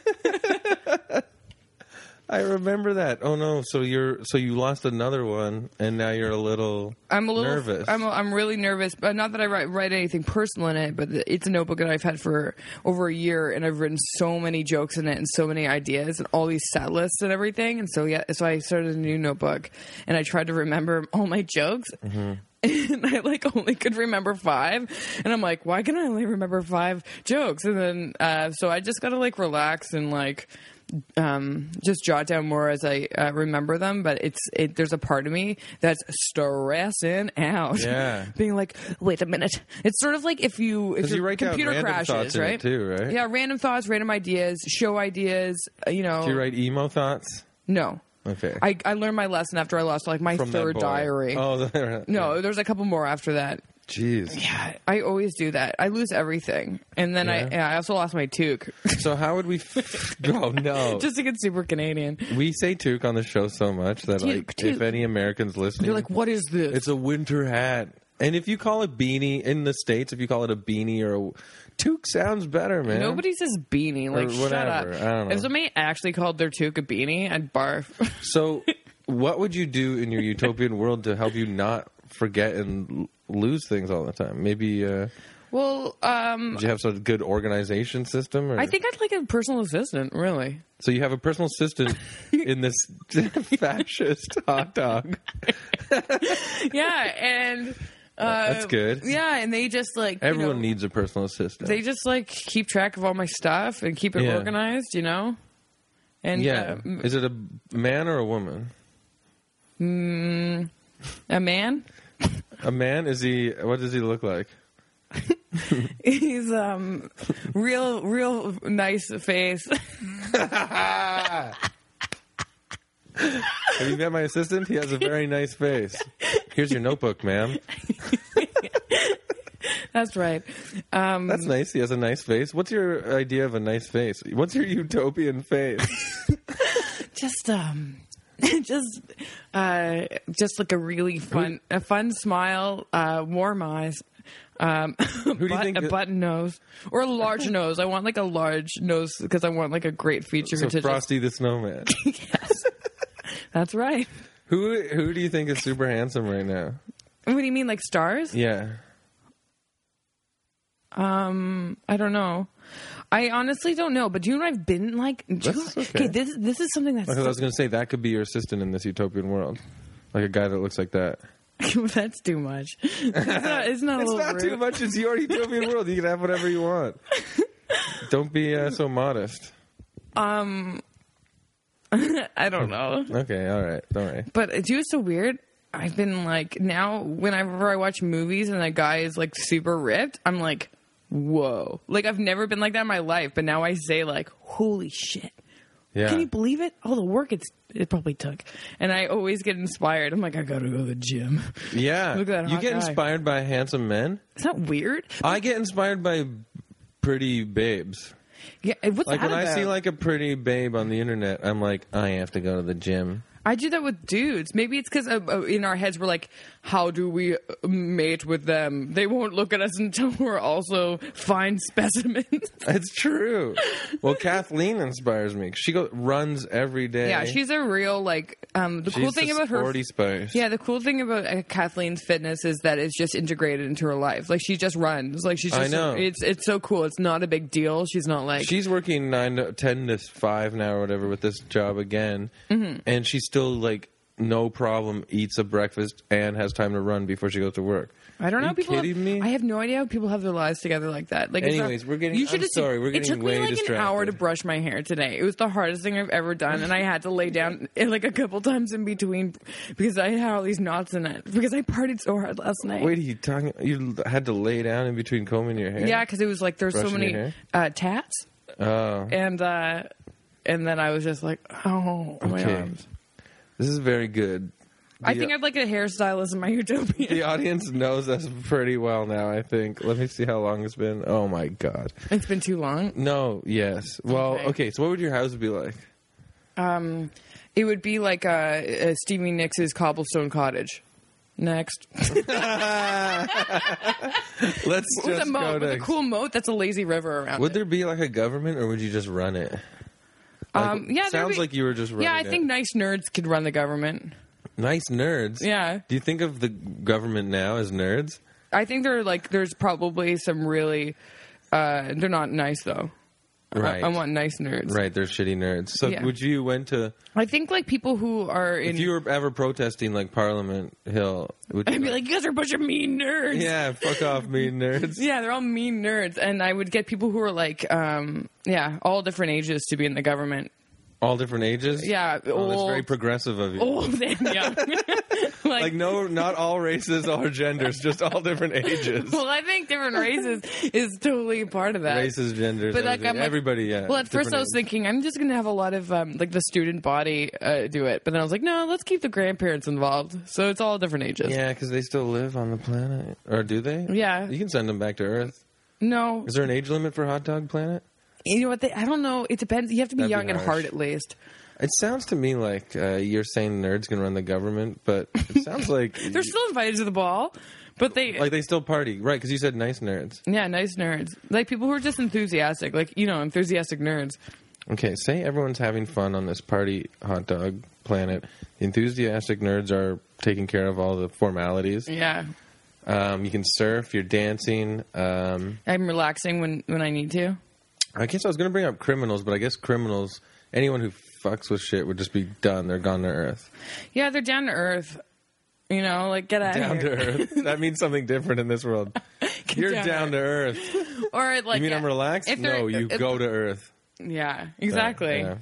[SPEAKER 1] I remember that. Oh no! So you're so you lost another one, and now you're a little.
[SPEAKER 2] I'm a little
[SPEAKER 1] nervous.
[SPEAKER 2] I'm, a, I'm really nervous, but not that I write, write anything personal in it, but th- it's a notebook that I've had for over a year, and I've written so many jokes in it and so many ideas and all these set lists and everything. And so yeah, so I started a new notebook, and I tried to remember all my jokes. And I like only could remember five, and I'm like, why can I only remember five jokes? And then uh, so I just gotta like relax and like um, just jot down more as I uh, remember them. But it's it, there's a part of me that's stressing out.
[SPEAKER 1] Yeah.
[SPEAKER 2] being like, wait a minute. It's sort of like if you
[SPEAKER 1] Because
[SPEAKER 2] if your
[SPEAKER 1] you write down
[SPEAKER 2] computer
[SPEAKER 1] random
[SPEAKER 2] crashes,
[SPEAKER 1] thoughts in it
[SPEAKER 2] right?
[SPEAKER 1] too, right?
[SPEAKER 2] Yeah, random thoughts, random ideas, show ideas. uh, You know,
[SPEAKER 1] Do you write emo thoughts?
[SPEAKER 2] no.
[SPEAKER 1] Okay.
[SPEAKER 2] I, I learned my lesson after I lost like my
[SPEAKER 1] From that
[SPEAKER 2] third
[SPEAKER 1] boy.
[SPEAKER 2] diary.
[SPEAKER 1] Oh, the,
[SPEAKER 2] no, there's a couple more after that.
[SPEAKER 1] Jeez.
[SPEAKER 2] Yeah, I always do that. I lose everything, and then I
[SPEAKER 1] Yeah?
[SPEAKER 2] yeah, I also lost my toque
[SPEAKER 1] So how would we? F- oh no!
[SPEAKER 2] just to get super Canadian.
[SPEAKER 1] we say "toque" on the show so much that
[SPEAKER 2] Toque,
[SPEAKER 1] like,
[SPEAKER 2] toque.
[SPEAKER 1] if any Americans listening,
[SPEAKER 2] You're like, what is this?
[SPEAKER 1] It's a winter hat. And if you call it beanie in the states, if you call it a beanie or a toque, sounds better, man.
[SPEAKER 2] Nobody says beanie. Like, shut up.
[SPEAKER 1] whatever. I don't know.
[SPEAKER 2] If somebody actually called their toque a beanie, I'd barf.
[SPEAKER 1] So, what would you do in your utopian world to help you not forget and l- lose things all the time? Maybe uh,
[SPEAKER 2] well, um,
[SPEAKER 1] do you have some good organization system? Or?
[SPEAKER 2] I think I'd like a personal assistant, really.
[SPEAKER 1] so. You have a personal assistant in this fascist hot dog.
[SPEAKER 2] Yeah, and. Uh,
[SPEAKER 1] That's good.
[SPEAKER 2] Yeah, and they just like. you
[SPEAKER 1] Everyone
[SPEAKER 2] know,
[SPEAKER 1] needs a personal assistant.
[SPEAKER 2] They just like keep track of all my stuff and keep it
[SPEAKER 1] Yeah.
[SPEAKER 2] organized, you know? And
[SPEAKER 1] yeah.
[SPEAKER 2] uh,
[SPEAKER 1] Is it a man or a woman?
[SPEAKER 2] a man,
[SPEAKER 1] A man? Is he? What does he look like?
[SPEAKER 2] he's um real, real nice face.
[SPEAKER 1] Have you met my assistant? He has a very nice face. Here's your notebook, ma'am.
[SPEAKER 2] That's right. Um,
[SPEAKER 1] That's nice. He has a nice face. What's your idea of a nice face? What's your utopian face?
[SPEAKER 2] just um just uh just like a really fun a fun smile uh warm eyes um
[SPEAKER 1] Who do you
[SPEAKER 2] but-
[SPEAKER 1] think
[SPEAKER 2] a
[SPEAKER 1] that-
[SPEAKER 2] button nose or a large nose i want like a large nose because i want like a great feature
[SPEAKER 1] So
[SPEAKER 2] to just,
[SPEAKER 1] Frosty the Snowman.
[SPEAKER 2] that's right
[SPEAKER 1] Who who do you think is super handsome right now?
[SPEAKER 2] what do you mean like stars
[SPEAKER 1] Yeah.
[SPEAKER 2] i don't know I honestly don't know, but do you know what I've been like? do you
[SPEAKER 1] That's
[SPEAKER 2] know-
[SPEAKER 1] okay.
[SPEAKER 2] this this is something that's
[SPEAKER 1] Because I was going to say that could be your assistant in this utopian world, like a guy that looks like that.
[SPEAKER 2] that's too much. It's not, it's not a
[SPEAKER 1] It's
[SPEAKER 2] little
[SPEAKER 1] not
[SPEAKER 2] rude.
[SPEAKER 1] too much. It's your utopian world. You can have whatever you want. Don't be uh, so modest.
[SPEAKER 2] I don't know.
[SPEAKER 1] Okay, all right, all right.
[SPEAKER 2] But it's just so weird. I've been like now whenever I watch movies and a guy is like super ripped, I'm like, whoa. Like I've never been like that in my life, but now I say like, holy shit.
[SPEAKER 1] Yeah.
[SPEAKER 2] Can you believe it? All the work it's it probably took. And I always get inspired. I'm like, I gotta go to the gym.
[SPEAKER 1] yeah.
[SPEAKER 2] Look at that
[SPEAKER 1] you
[SPEAKER 2] hot
[SPEAKER 1] get
[SPEAKER 2] guy.
[SPEAKER 1] inspired by handsome men.
[SPEAKER 2] Is that weird?
[SPEAKER 1] I get inspired by pretty babes.
[SPEAKER 2] Yeah, what's
[SPEAKER 1] Like
[SPEAKER 2] that
[SPEAKER 1] when I see
[SPEAKER 2] about?
[SPEAKER 1] like a pretty babe on the internet, I'm like, I have to go to the gym.
[SPEAKER 2] I do that with dudes. Maybe it's because uh, uh, in our heads we're like, how do we uh, mate with them? They won't look at us until we're also fine specimens.
[SPEAKER 1] It's true. well, Kathleen inspires me. She go runs every day.
[SPEAKER 2] yeah, she's a real like. Um, the
[SPEAKER 1] She's
[SPEAKER 2] cool thing
[SPEAKER 1] the
[SPEAKER 2] about her.
[SPEAKER 1] Sporty Spice.
[SPEAKER 2] Yeah, the cool thing about uh, Kathleen's fitness is that it's just integrated into her life. Like she just runs. Like she's
[SPEAKER 1] I
[SPEAKER 2] just
[SPEAKER 1] know.
[SPEAKER 2] it's it's so cool. It's not a big deal. She's not like
[SPEAKER 1] She's working nine to ten to five now or whatever with this job again,
[SPEAKER 2] Mm-hmm.
[SPEAKER 1] and she still like no problem eats a breakfast and has time to run before she goes to work.
[SPEAKER 2] I
[SPEAKER 1] Are
[SPEAKER 2] don't know.
[SPEAKER 1] you
[SPEAKER 2] people
[SPEAKER 1] kidding me?
[SPEAKER 2] I have no idea how people have their lives together like that. Like, it's
[SPEAKER 1] Anyways, we're getting-
[SPEAKER 2] You should
[SPEAKER 1] I'm
[SPEAKER 2] have seen-
[SPEAKER 1] sorry, we're
[SPEAKER 2] It
[SPEAKER 1] getting
[SPEAKER 2] took
[SPEAKER 1] way
[SPEAKER 2] me like
[SPEAKER 1] distracted.
[SPEAKER 2] an hour to brush my hair today. It was the hardest thing I've ever done, and I had to lay down eh, like a couple times in between because I had all these knots in it because I partied so hard last night.
[SPEAKER 1] Wait, are you talking? You had to lay down in between combing your hair.
[SPEAKER 2] yeah, because it was like there's so
[SPEAKER 1] Brushing your
[SPEAKER 2] many
[SPEAKER 1] hair?
[SPEAKER 2] uh, tats,
[SPEAKER 1] Oh,
[SPEAKER 2] and uh, and then I was just like, oh my
[SPEAKER 1] okay.
[SPEAKER 2] arms.
[SPEAKER 1] This is very good.
[SPEAKER 2] I
[SPEAKER 1] The-
[SPEAKER 2] think I'd like a hairstylist in my utopia.
[SPEAKER 1] the audience knows us pretty well now. I think. Let me see how long it's been. Oh my god.
[SPEAKER 2] It's been too long.
[SPEAKER 1] No. Yes. Well. Okay.
[SPEAKER 2] Okay.
[SPEAKER 1] so, what would your house be like?
[SPEAKER 2] Um, it would be like uh, uh, Stevie Nicks' cobblestone cottage. Next.
[SPEAKER 1] Let's
[SPEAKER 2] with a
[SPEAKER 1] just go
[SPEAKER 2] moat, with a
[SPEAKER 1] next.
[SPEAKER 2] cool moat that's a lazy river around.
[SPEAKER 1] Would
[SPEAKER 2] it.
[SPEAKER 1] there be like a government, or would you just run it? Like,
[SPEAKER 2] um, yeah, there'd
[SPEAKER 1] sounds
[SPEAKER 2] be-
[SPEAKER 1] like you were just running.
[SPEAKER 2] yeah, I
[SPEAKER 1] it.
[SPEAKER 2] think nice nerds could run the government.
[SPEAKER 1] nice nerds.
[SPEAKER 2] Yeah,
[SPEAKER 1] Do you think of the government now as nerds?
[SPEAKER 2] I think there are like there's probably some really uh, they're not nice though. I-
[SPEAKER 1] Right.
[SPEAKER 2] I, want nice nerds.
[SPEAKER 1] Right, they're shitty nerds. So
[SPEAKER 2] Uh, Yeah.
[SPEAKER 1] would you went to
[SPEAKER 2] I think like people who are in.
[SPEAKER 1] if you were ever protesting like Parliament Hill? Would you
[SPEAKER 2] I'd be like, you guys are a bunch of mean nerds.
[SPEAKER 1] yeah, fuck off, me nerds.
[SPEAKER 2] Yeah, they're all mean nerds, and I would get people who are like, um, yeah, all different ages to be in the government.
[SPEAKER 1] All different ages.
[SPEAKER 2] Yeah,
[SPEAKER 1] oh, that's very
[SPEAKER 2] old-
[SPEAKER 1] progressive of you.
[SPEAKER 2] Old and young. like,
[SPEAKER 1] Like no, not all races, all genders, just all different ages,
[SPEAKER 2] well, I think different races is totally part of that.
[SPEAKER 1] races, genders,
[SPEAKER 2] But, like,
[SPEAKER 1] everything.
[SPEAKER 2] I'm like-
[SPEAKER 1] everybody. Yeah.
[SPEAKER 2] Well, at first
[SPEAKER 1] uh, different
[SPEAKER 2] I was
[SPEAKER 1] age.
[SPEAKER 2] thinking I'm just gonna have a lot of um, like the student body uh, do it, but then I was like, no, let's keep the grandparents involved. So it's all different ages.
[SPEAKER 1] Yeah, because they still live on the planet, or do they?
[SPEAKER 2] Yeah.
[SPEAKER 1] you can send them back to Earth.
[SPEAKER 2] No,
[SPEAKER 1] Is there an age limit for Hot Dog Planet?
[SPEAKER 2] you know what? They, I don't know. It depends. You have to be
[SPEAKER 1] That'd be
[SPEAKER 2] young and
[SPEAKER 1] harsh.
[SPEAKER 2] hard at least.
[SPEAKER 1] It sounds to me like uh, you're saying nerds can run the government, but it sounds like
[SPEAKER 2] They're still invited to the ball, but they
[SPEAKER 1] like they still party, right? Because you said nice nerds.
[SPEAKER 2] yeah, nice nerds. Like people who are just enthusiastic, like you know, enthusiastic nerds.
[SPEAKER 1] Okay, say everyone's having fun on this party Hot Dog Planet. The enthusiastic nerds are taking care of all the formalities.
[SPEAKER 2] Yeah,
[SPEAKER 1] Um, you can surf. You're dancing. Um,
[SPEAKER 2] I'm relaxing when when I need to.
[SPEAKER 1] I guess I was going to bring up criminals, but I guess criminals, anyone who fucks with shit, would just be done. They're gone to Earth.
[SPEAKER 2] Yeah, they're down to earth. You know, like get out
[SPEAKER 1] Down
[SPEAKER 2] of
[SPEAKER 1] to
[SPEAKER 2] here.
[SPEAKER 1] Earth. That means something different in this world. You're
[SPEAKER 2] down
[SPEAKER 1] down,
[SPEAKER 2] to
[SPEAKER 1] to Earth.
[SPEAKER 2] Or like
[SPEAKER 1] You mean I'm relaxed?
[SPEAKER 2] if they're-
[SPEAKER 1] No, you
[SPEAKER 2] if-
[SPEAKER 1] go to Earth.
[SPEAKER 2] Yeah, exactly.
[SPEAKER 1] Yeah.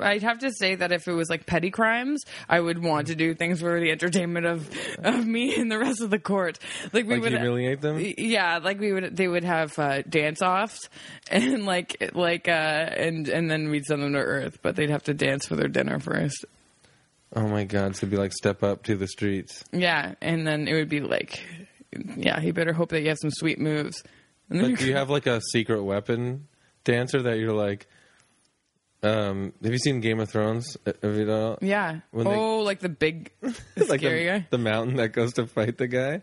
[SPEAKER 2] I'd have to say that if it was like petty crimes, I would want to do things for the entertainment of of me and the rest of the court. Like we
[SPEAKER 1] Like
[SPEAKER 2] would
[SPEAKER 1] humiliate them?
[SPEAKER 2] yeah, like we would, they would have uh, dance offs, and like, like, uh, and and then we'd send them to Earth, but they'd have to dance for their dinner first.
[SPEAKER 1] Oh my god, so it'd be like step up to the streets.
[SPEAKER 2] Yeah, and then it would be like, yeah, you better hope that you have some sweet moves. And then
[SPEAKER 1] Like, do you have like a secret weapon dancer that you're like um have you seen Game of Thrones? Uh, Have you not?
[SPEAKER 2] yeah.
[SPEAKER 1] When they-
[SPEAKER 2] oh, like the big
[SPEAKER 1] like
[SPEAKER 2] scary
[SPEAKER 1] the,
[SPEAKER 2] guy.
[SPEAKER 1] the mountain that goes to fight the guy.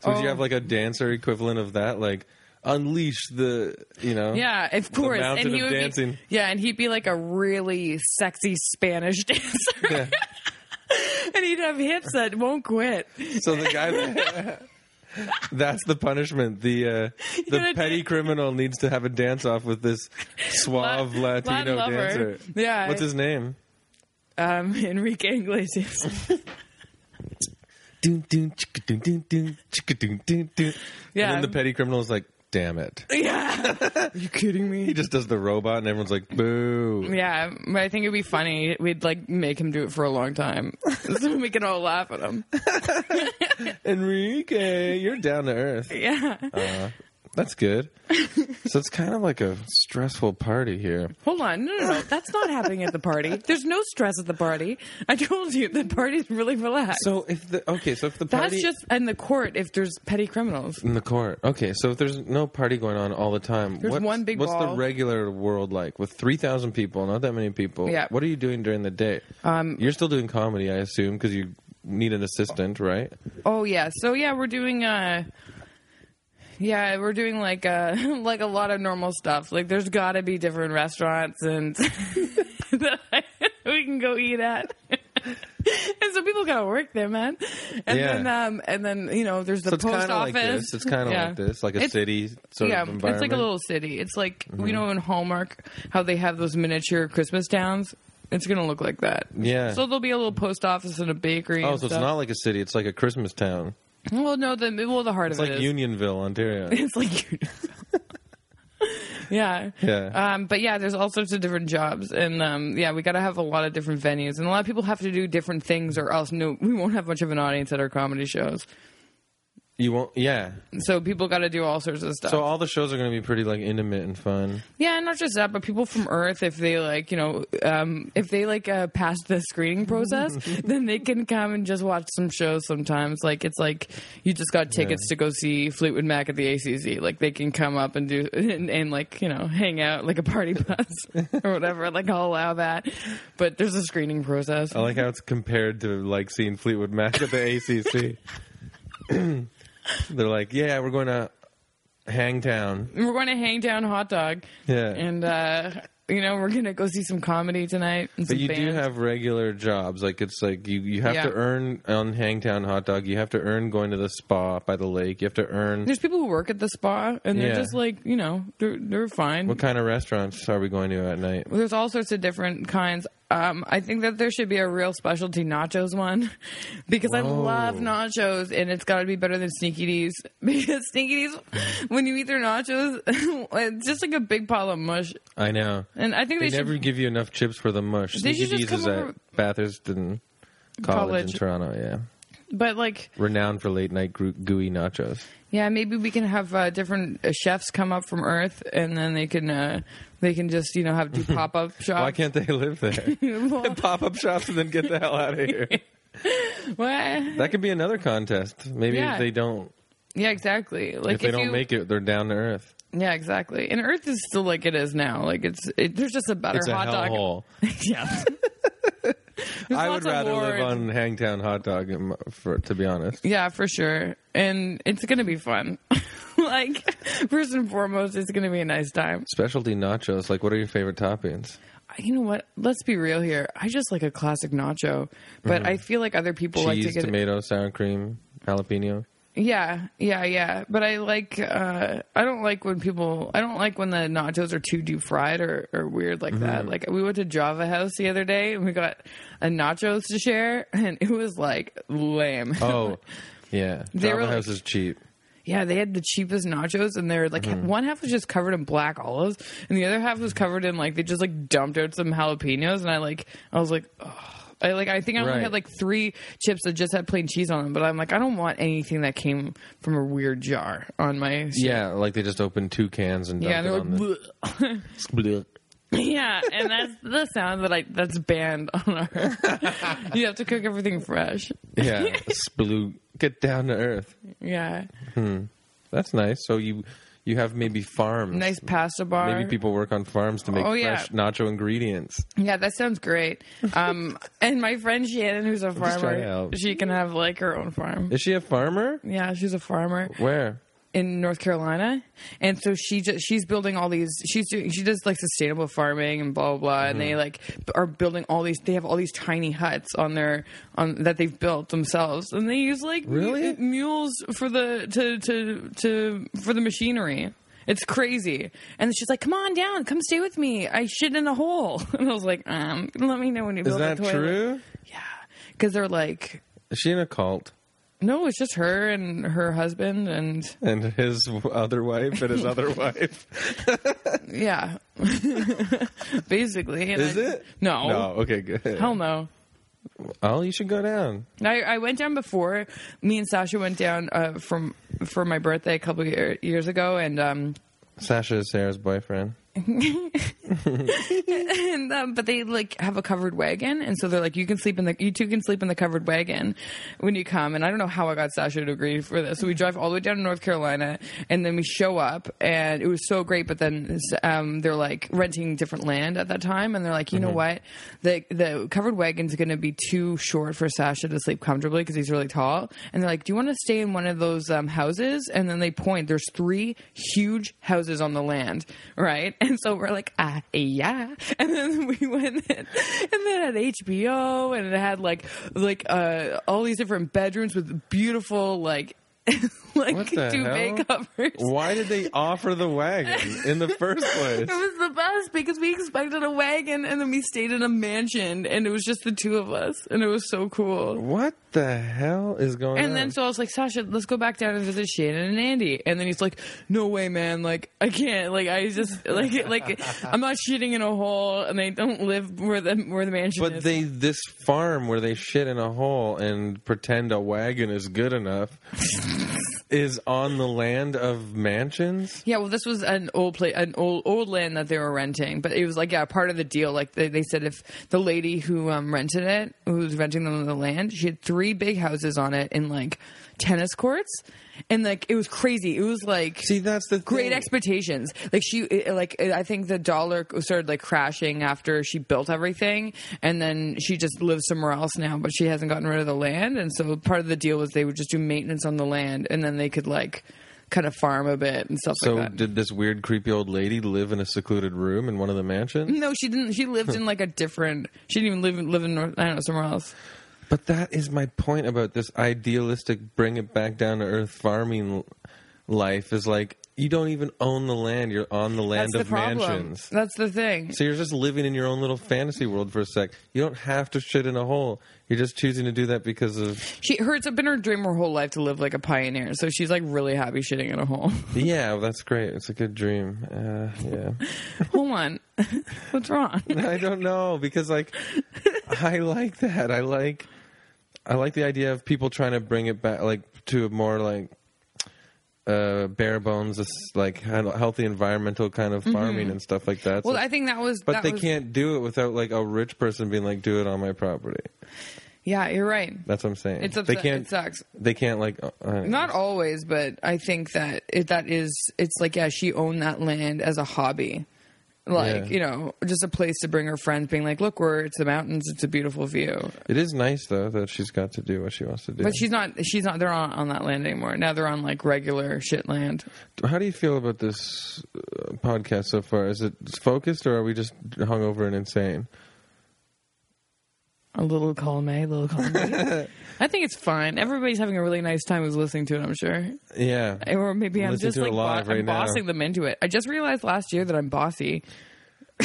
[SPEAKER 1] So would you
[SPEAKER 2] Oh.
[SPEAKER 1] have like a dancer equivalent of that? Like unleash the you know
[SPEAKER 2] Yeah, of course.
[SPEAKER 1] mountain
[SPEAKER 2] and he
[SPEAKER 1] of
[SPEAKER 2] would
[SPEAKER 1] dancing.
[SPEAKER 2] Be, yeah, and he'd be like a really sexy Spanish dancer.
[SPEAKER 1] Yeah.
[SPEAKER 2] and he'd have hips that won't quit.
[SPEAKER 1] So the guy that That's the punishment. The uh, the
[SPEAKER 2] gotta
[SPEAKER 1] petty
[SPEAKER 2] do-
[SPEAKER 1] criminal needs to have a dance off with this suave
[SPEAKER 2] Lot- lot
[SPEAKER 1] Latino
[SPEAKER 2] lover.
[SPEAKER 1] dancer.
[SPEAKER 2] Yeah.
[SPEAKER 1] What's his name?
[SPEAKER 2] Um, Enrique Iglesias.
[SPEAKER 1] Dun, dun, chicka, dun, dun, dun, chicka, dun, dun, dun.
[SPEAKER 2] Yeah.
[SPEAKER 1] And then the petty criminal is like, damn it.
[SPEAKER 2] yeah. Are you kidding
[SPEAKER 1] He
[SPEAKER 2] me?
[SPEAKER 1] just does the robot and everyone's like, boo.
[SPEAKER 2] Yeah, but I think it'd be funny. We'd like make him do it for a long time, so we can all laugh at him.
[SPEAKER 1] Enrique, you're down to earth.
[SPEAKER 2] Yeah.
[SPEAKER 1] That's good. so it's kind of like a stressful party here.
[SPEAKER 2] Hold on. No, no, no. That's not happening at the party. There's no stress at the party. I told you the party's really relaxed.
[SPEAKER 1] So if the okay, so if the
[SPEAKER 2] That's
[SPEAKER 1] party
[SPEAKER 2] just in the court if there's petty criminals.
[SPEAKER 1] in the court. Okay, so if there's no party going on all the time,
[SPEAKER 2] There's
[SPEAKER 1] what's,
[SPEAKER 2] one big
[SPEAKER 1] what's the
[SPEAKER 2] ball.
[SPEAKER 1] regular world like with 3,000 people, not that many people?
[SPEAKER 2] Yeah.
[SPEAKER 1] What are you doing during the day? Um, You're still doing comedy, I assume, because you need an assistant, right?
[SPEAKER 2] Oh yeah. So yeah, we're doing uh yeah, we're doing like uh like a lot of normal stuff. Like there's got to be different restaurants and that I- we can go eat at. and so people gotta work there, man. And
[SPEAKER 1] Yeah.
[SPEAKER 2] then um and then you know there's the
[SPEAKER 1] So it's
[SPEAKER 2] post
[SPEAKER 1] kind of
[SPEAKER 2] office.
[SPEAKER 1] like this. It's kind of
[SPEAKER 2] Yeah.
[SPEAKER 1] like this, like a
[SPEAKER 2] It's-
[SPEAKER 1] city sort
[SPEAKER 2] yeah,
[SPEAKER 1] of environment. Mm-hmm.
[SPEAKER 2] it's like a little city. It's like you know in Hallmark how they have those miniature Christmas towns. It's gonna look like that.
[SPEAKER 1] Yeah.
[SPEAKER 2] So there'll be a little post office and a bakery.
[SPEAKER 1] oh,
[SPEAKER 2] and
[SPEAKER 1] so it's
[SPEAKER 2] stuff.
[SPEAKER 1] not like a city. It's like a Christmas town.
[SPEAKER 2] Well, no, the well the heart
[SPEAKER 1] It's
[SPEAKER 2] of
[SPEAKER 1] like
[SPEAKER 2] it is.
[SPEAKER 1] Unionville, Ontario.
[SPEAKER 2] it's like you yeah
[SPEAKER 1] Yeah.
[SPEAKER 2] um but yeah there's all sorts of different jobs and um yeah we gotta have a lot of different venues and a lot of people have to do different things or else no we won't have much of an audience at our comedy shows
[SPEAKER 1] you won't. Yeah.
[SPEAKER 2] so people gotta do all sorts of stuff
[SPEAKER 1] So all the shows are going to be pretty like intimate and fun.
[SPEAKER 2] yeah and not just that but people from earth if they like you know um if they like uh pass the screening process then they can come and just watch some shows sometimes like it's like you just got tickets to go see fleetwood mac at the acz like they can come up and do and, and like you know hang out like a party bus or whatever like i'll allow that but there's a screening process
[SPEAKER 1] I like how it's compared to like seeing Fleetwood Mac at the ACC. They're like, yeah, we're going to Hangtown.
[SPEAKER 2] we're going to hang down hot dog
[SPEAKER 1] Yeah.
[SPEAKER 2] and uh you know we're gonna go see some comedy tonight and
[SPEAKER 1] but
[SPEAKER 2] some
[SPEAKER 1] you do
[SPEAKER 2] bands.
[SPEAKER 1] have regular jobs. Like it's like you, you have to
[SPEAKER 2] Yeah.
[SPEAKER 1] earn on Hangtown hot dog. You have to earn going to the spa by the lake. You have to earn
[SPEAKER 2] there's people who work at the spa and they're
[SPEAKER 1] Yeah.
[SPEAKER 2] just like you know they're they're fine
[SPEAKER 1] what kind of restaurants are we going to at night?
[SPEAKER 2] there's all sorts of different kinds um, I think that there should be a real specialty nachos one because I
[SPEAKER 1] Whoa.
[SPEAKER 2] love nachos and it's got to be better than Sneaky D's because Sneaky D's, when you eat their nachos, it's just like a big pile of mush.
[SPEAKER 1] I know.
[SPEAKER 2] And I think
[SPEAKER 1] They,
[SPEAKER 2] they, should
[SPEAKER 1] never give you enough chips for the mush.
[SPEAKER 2] They should
[SPEAKER 1] Sneaky D's
[SPEAKER 2] just come
[SPEAKER 1] is at
[SPEAKER 2] over-
[SPEAKER 1] Batherston College,
[SPEAKER 2] College.
[SPEAKER 1] in Toronto. Yeah,
[SPEAKER 2] but like,
[SPEAKER 1] renowned for late night gru- gooey nachos.
[SPEAKER 2] yeah, maybe we can have uh, different uh, chefs come up from Earth and then they can uh, they can just you know have do pop up shops.
[SPEAKER 1] Why can't they live there?
[SPEAKER 2] Well,
[SPEAKER 1] Pop up shops and then get the hell out of here.
[SPEAKER 2] what?
[SPEAKER 1] That could be another contest. Maybe
[SPEAKER 2] Yeah.
[SPEAKER 1] if they don't,
[SPEAKER 2] Yeah, exactly. Like
[SPEAKER 1] if they don't
[SPEAKER 2] you,
[SPEAKER 1] make it, they're down to earth.
[SPEAKER 2] Yeah, exactly. And Earth is still like it is now. Like it's it, there's just a better
[SPEAKER 1] It's a
[SPEAKER 2] hot dog.
[SPEAKER 1] hellhole.
[SPEAKER 2] yeah.
[SPEAKER 1] I would
[SPEAKER 2] lots of
[SPEAKER 1] rather live
[SPEAKER 2] wars.
[SPEAKER 1] on Hangtown hot dog, um, for, to be honest.
[SPEAKER 2] Yeah, for sure. And it's gonna be fun. like first and foremost, it's gonna be a nice time.
[SPEAKER 1] Specialty nachos. Like, what are your favorite toppings?
[SPEAKER 2] You know what? Let's be real here. I just like a classic nacho, but I feel like other people like to
[SPEAKER 1] Mm-hmm. Cheese,
[SPEAKER 2] get.
[SPEAKER 1] tomato, sour cream, jalapeno.
[SPEAKER 2] Yeah, yeah, yeah. But I like. uh I don't like when people. I don't like when the nachos are too deep fried or, or weird like that.
[SPEAKER 1] Mm-hmm.
[SPEAKER 2] Like we went to Java House the other day and we got a nachos to share, and it was like lame.
[SPEAKER 1] Oh, yeah.
[SPEAKER 2] They were
[SPEAKER 1] Java House
[SPEAKER 2] like-
[SPEAKER 1] is cheap.
[SPEAKER 2] Yeah, they had the cheapest nachos, and they're like
[SPEAKER 1] Mm-hmm.
[SPEAKER 2] one half was just covered in black olives, and the other half was covered in like they just like dumped out some jalapenos, and I like I was like. Ugh. I like. I think I only
[SPEAKER 1] Right.
[SPEAKER 2] had like three chips that just had plain cheese on them, but I'm like, I don't want anything that came from a weird jar on my.
[SPEAKER 1] Yeah, like they just opened two cans and dumped
[SPEAKER 2] yeah, and
[SPEAKER 1] it
[SPEAKER 2] they're
[SPEAKER 1] on
[SPEAKER 2] like, "Bleh."
[SPEAKER 1] the.
[SPEAKER 2] yeah, and that's the sound that I that's banned on our. you have to cook everything fresh.
[SPEAKER 1] Yeah, sploot. Get down to earth.
[SPEAKER 2] Yeah,
[SPEAKER 1] That's nice. So you you have maybe farms.
[SPEAKER 2] nice pasta bar.
[SPEAKER 1] Maybe people work on farms to make
[SPEAKER 2] Oh, yeah.
[SPEAKER 1] fresh nacho ingredients.
[SPEAKER 2] Yeah, that sounds great. Um, and my friend Shannon, who's a
[SPEAKER 1] trying to
[SPEAKER 2] farmer,
[SPEAKER 1] help.
[SPEAKER 2] she can have like her own farm.
[SPEAKER 1] Is she a farmer?
[SPEAKER 2] Yeah, she's a farmer.
[SPEAKER 1] Where?
[SPEAKER 2] in North Carolina, and so she just she's building all these. She's doing she does like sustainable farming and blah blah, blah
[SPEAKER 1] Mm-hmm.
[SPEAKER 2] and they like b- are building all these. They have all these tiny huts on their on that they've built themselves, and they use like mu- uh,
[SPEAKER 1] Really?
[SPEAKER 2] mules for the to to to for the machinery. It's crazy. And she's like, "Come on down, come stay with me. I shit in a hole." And I was like, "Um, let me know when you
[SPEAKER 1] Is
[SPEAKER 2] build
[SPEAKER 1] that
[SPEAKER 2] a toilet."
[SPEAKER 1] true?
[SPEAKER 2] Yeah, because they're like,
[SPEAKER 1] Is she in a cult?
[SPEAKER 2] no, it's just her and her husband, and
[SPEAKER 1] And his other wife and his other wife.
[SPEAKER 2] yeah, basically. And
[SPEAKER 1] Is
[SPEAKER 2] I-
[SPEAKER 1] it?
[SPEAKER 2] No.
[SPEAKER 1] No. Okay. Good.
[SPEAKER 2] Hell no.
[SPEAKER 1] Oh, you should go down.
[SPEAKER 2] I, I went down before. Me and Sasha went down uh, from for my birthday a couple year, years ago, and um,
[SPEAKER 1] Sasha is Sarah's boyfriend.
[SPEAKER 2] and um, but they like have a covered wagon, and so they're like, you can sleep in the you two can sleep in the covered wagon when you come. And I don't know how I got Sasha to agree for this. So we drive all the way down to North Carolina, and then we show up, and it was so great. But then um, they're like renting different land at that time, and they're like, you know what, the the covered wagon's going to be too short for Sasha to sleep comfortably because he's really tall. And they're like, do you want to stay in one of those um, houses? And then they point. There's three huge houses on the land, right? And so we're like, ah, yeah. And then we went, in, and then it had HBO, and it had like like uh, all these different bedrooms with beautiful like like
[SPEAKER 1] What the
[SPEAKER 2] duvet
[SPEAKER 1] hell?
[SPEAKER 2] covers.
[SPEAKER 1] Why did they offer the wagon in the first place?
[SPEAKER 2] It was the best because we expected a wagon, and then we stayed in a mansion, and it was just the two of us, and it was so cool.
[SPEAKER 1] What the hell is going on?
[SPEAKER 2] And then so I was like, Sasha, let's go back down and visit Shannon and Andy. And then he's like, No way, man. Like I can't. Like I just like like I'm not shitting in a hole, and they don't live where the where the mansion
[SPEAKER 1] but
[SPEAKER 2] is.
[SPEAKER 1] they this farm where they shit in a hole and pretend a wagon is good enough is on the land of mansions.
[SPEAKER 2] yeah, well, this was an old place, an old old land that they were renting, but it was like yeah, part of the deal. Like they, they said, if the lady who um, rented it, who was renting them the land, she had three big houses on it and like tennis courts, and like it was crazy. It was like
[SPEAKER 1] See, that's the
[SPEAKER 2] great
[SPEAKER 1] thing.
[SPEAKER 2] expectations like she it- like it- i think the dollar started like crashing after she built everything and then she just lives somewhere else now but she hasn't gotten rid of the land and so part of the deal was they would just do maintenance on the land and then they could like kind of farm a bit and stuff
[SPEAKER 1] So,
[SPEAKER 2] like that
[SPEAKER 1] did this weird, creepy old lady live in a secluded room in one of the mansions?
[SPEAKER 2] no she didn't she lived in like a different she didn't even live in live in north i don't know somewhere else
[SPEAKER 1] But that is my point about this idealistic bring it back down to earth farming l- life is like you don't even own the land, you're on the land
[SPEAKER 2] that's the
[SPEAKER 1] of
[SPEAKER 2] problem
[SPEAKER 1] mansions.
[SPEAKER 2] that's the thing
[SPEAKER 1] So you're just living in your own little fantasy world for a sec. You don't have to shit in a hole. You're just choosing to do that because of
[SPEAKER 2] she her it's been her dream her whole life to live like a pioneer so she's like really happy shitting in a hole
[SPEAKER 1] yeah, well, that's great. It's a good dream. Uh, yeah,
[SPEAKER 2] hold on what's wrong
[SPEAKER 1] I don't know because like I like that. I like I like the idea of people trying to bring it back like to a more like uh bare bones this, like kind of healthy environmental kind of farming and stuff like that.
[SPEAKER 2] Mm-hmm. well
[SPEAKER 1] So-
[SPEAKER 2] i think that was
[SPEAKER 1] but
[SPEAKER 2] that
[SPEAKER 1] they
[SPEAKER 2] was,
[SPEAKER 1] can't do it without like a rich person being like do it on my property.
[SPEAKER 2] Yeah, you're right.
[SPEAKER 1] That's what I'm saying.
[SPEAKER 2] It's
[SPEAKER 1] they
[SPEAKER 2] upset.
[SPEAKER 1] can't
[SPEAKER 2] It sucks.
[SPEAKER 1] they can't like uh, uh,
[SPEAKER 2] Not always, but I think that it, that is. It's like yeah, she owned that land as a hobby, like
[SPEAKER 1] Yeah.
[SPEAKER 2] you know, just a place to bring her friends, being like, look, we're it's the mountains, it's a beautiful view.
[SPEAKER 1] It is nice though that she's got to do what she wants to do.
[SPEAKER 2] But she's not. She's not. They're not on that land anymore. Now they're on like regular shit land.
[SPEAKER 1] How do you feel about this uh, podcast so far? Is it focused or are we just hungover and insane?
[SPEAKER 2] A little column A, a little column B. I think it's fine. Everybody's having a really nice time who's listening to it. I'm sure.
[SPEAKER 1] Yeah.
[SPEAKER 2] Or maybe I'm
[SPEAKER 1] Listen
[SPEAKER 2] just
[SPEAKER 1] to it
[SPEAKER 2] like
[SPEAKER 1] live
[SPEAKER 2] bo- I'm
[SPEAKER 1] right now.
[SPEAKER 2] bossing them into it. I just realized last year that I'm bossy.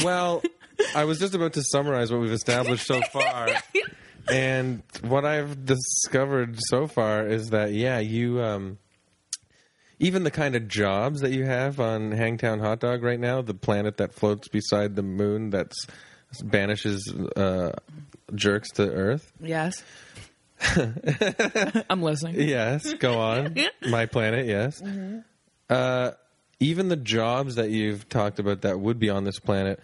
[SPEAKER 1] Well, I was just about to summarize what we've established so far. And what I've discovered so far is that, yeah, you, um, even the kind of jobs that you have on Hangtown Hot Dog right now, the planet that floats beside the moon that banishes uh, jerks to Earth.
[SPEAKER 2] Yes. I'm listening.
[SPEAKER 1] Yes, go on. My planet, yes.
[SPEAKER 2] Mm-hmm.
[SPEAKER 1] Uh, even the jobs that you've talked about that would be on this planet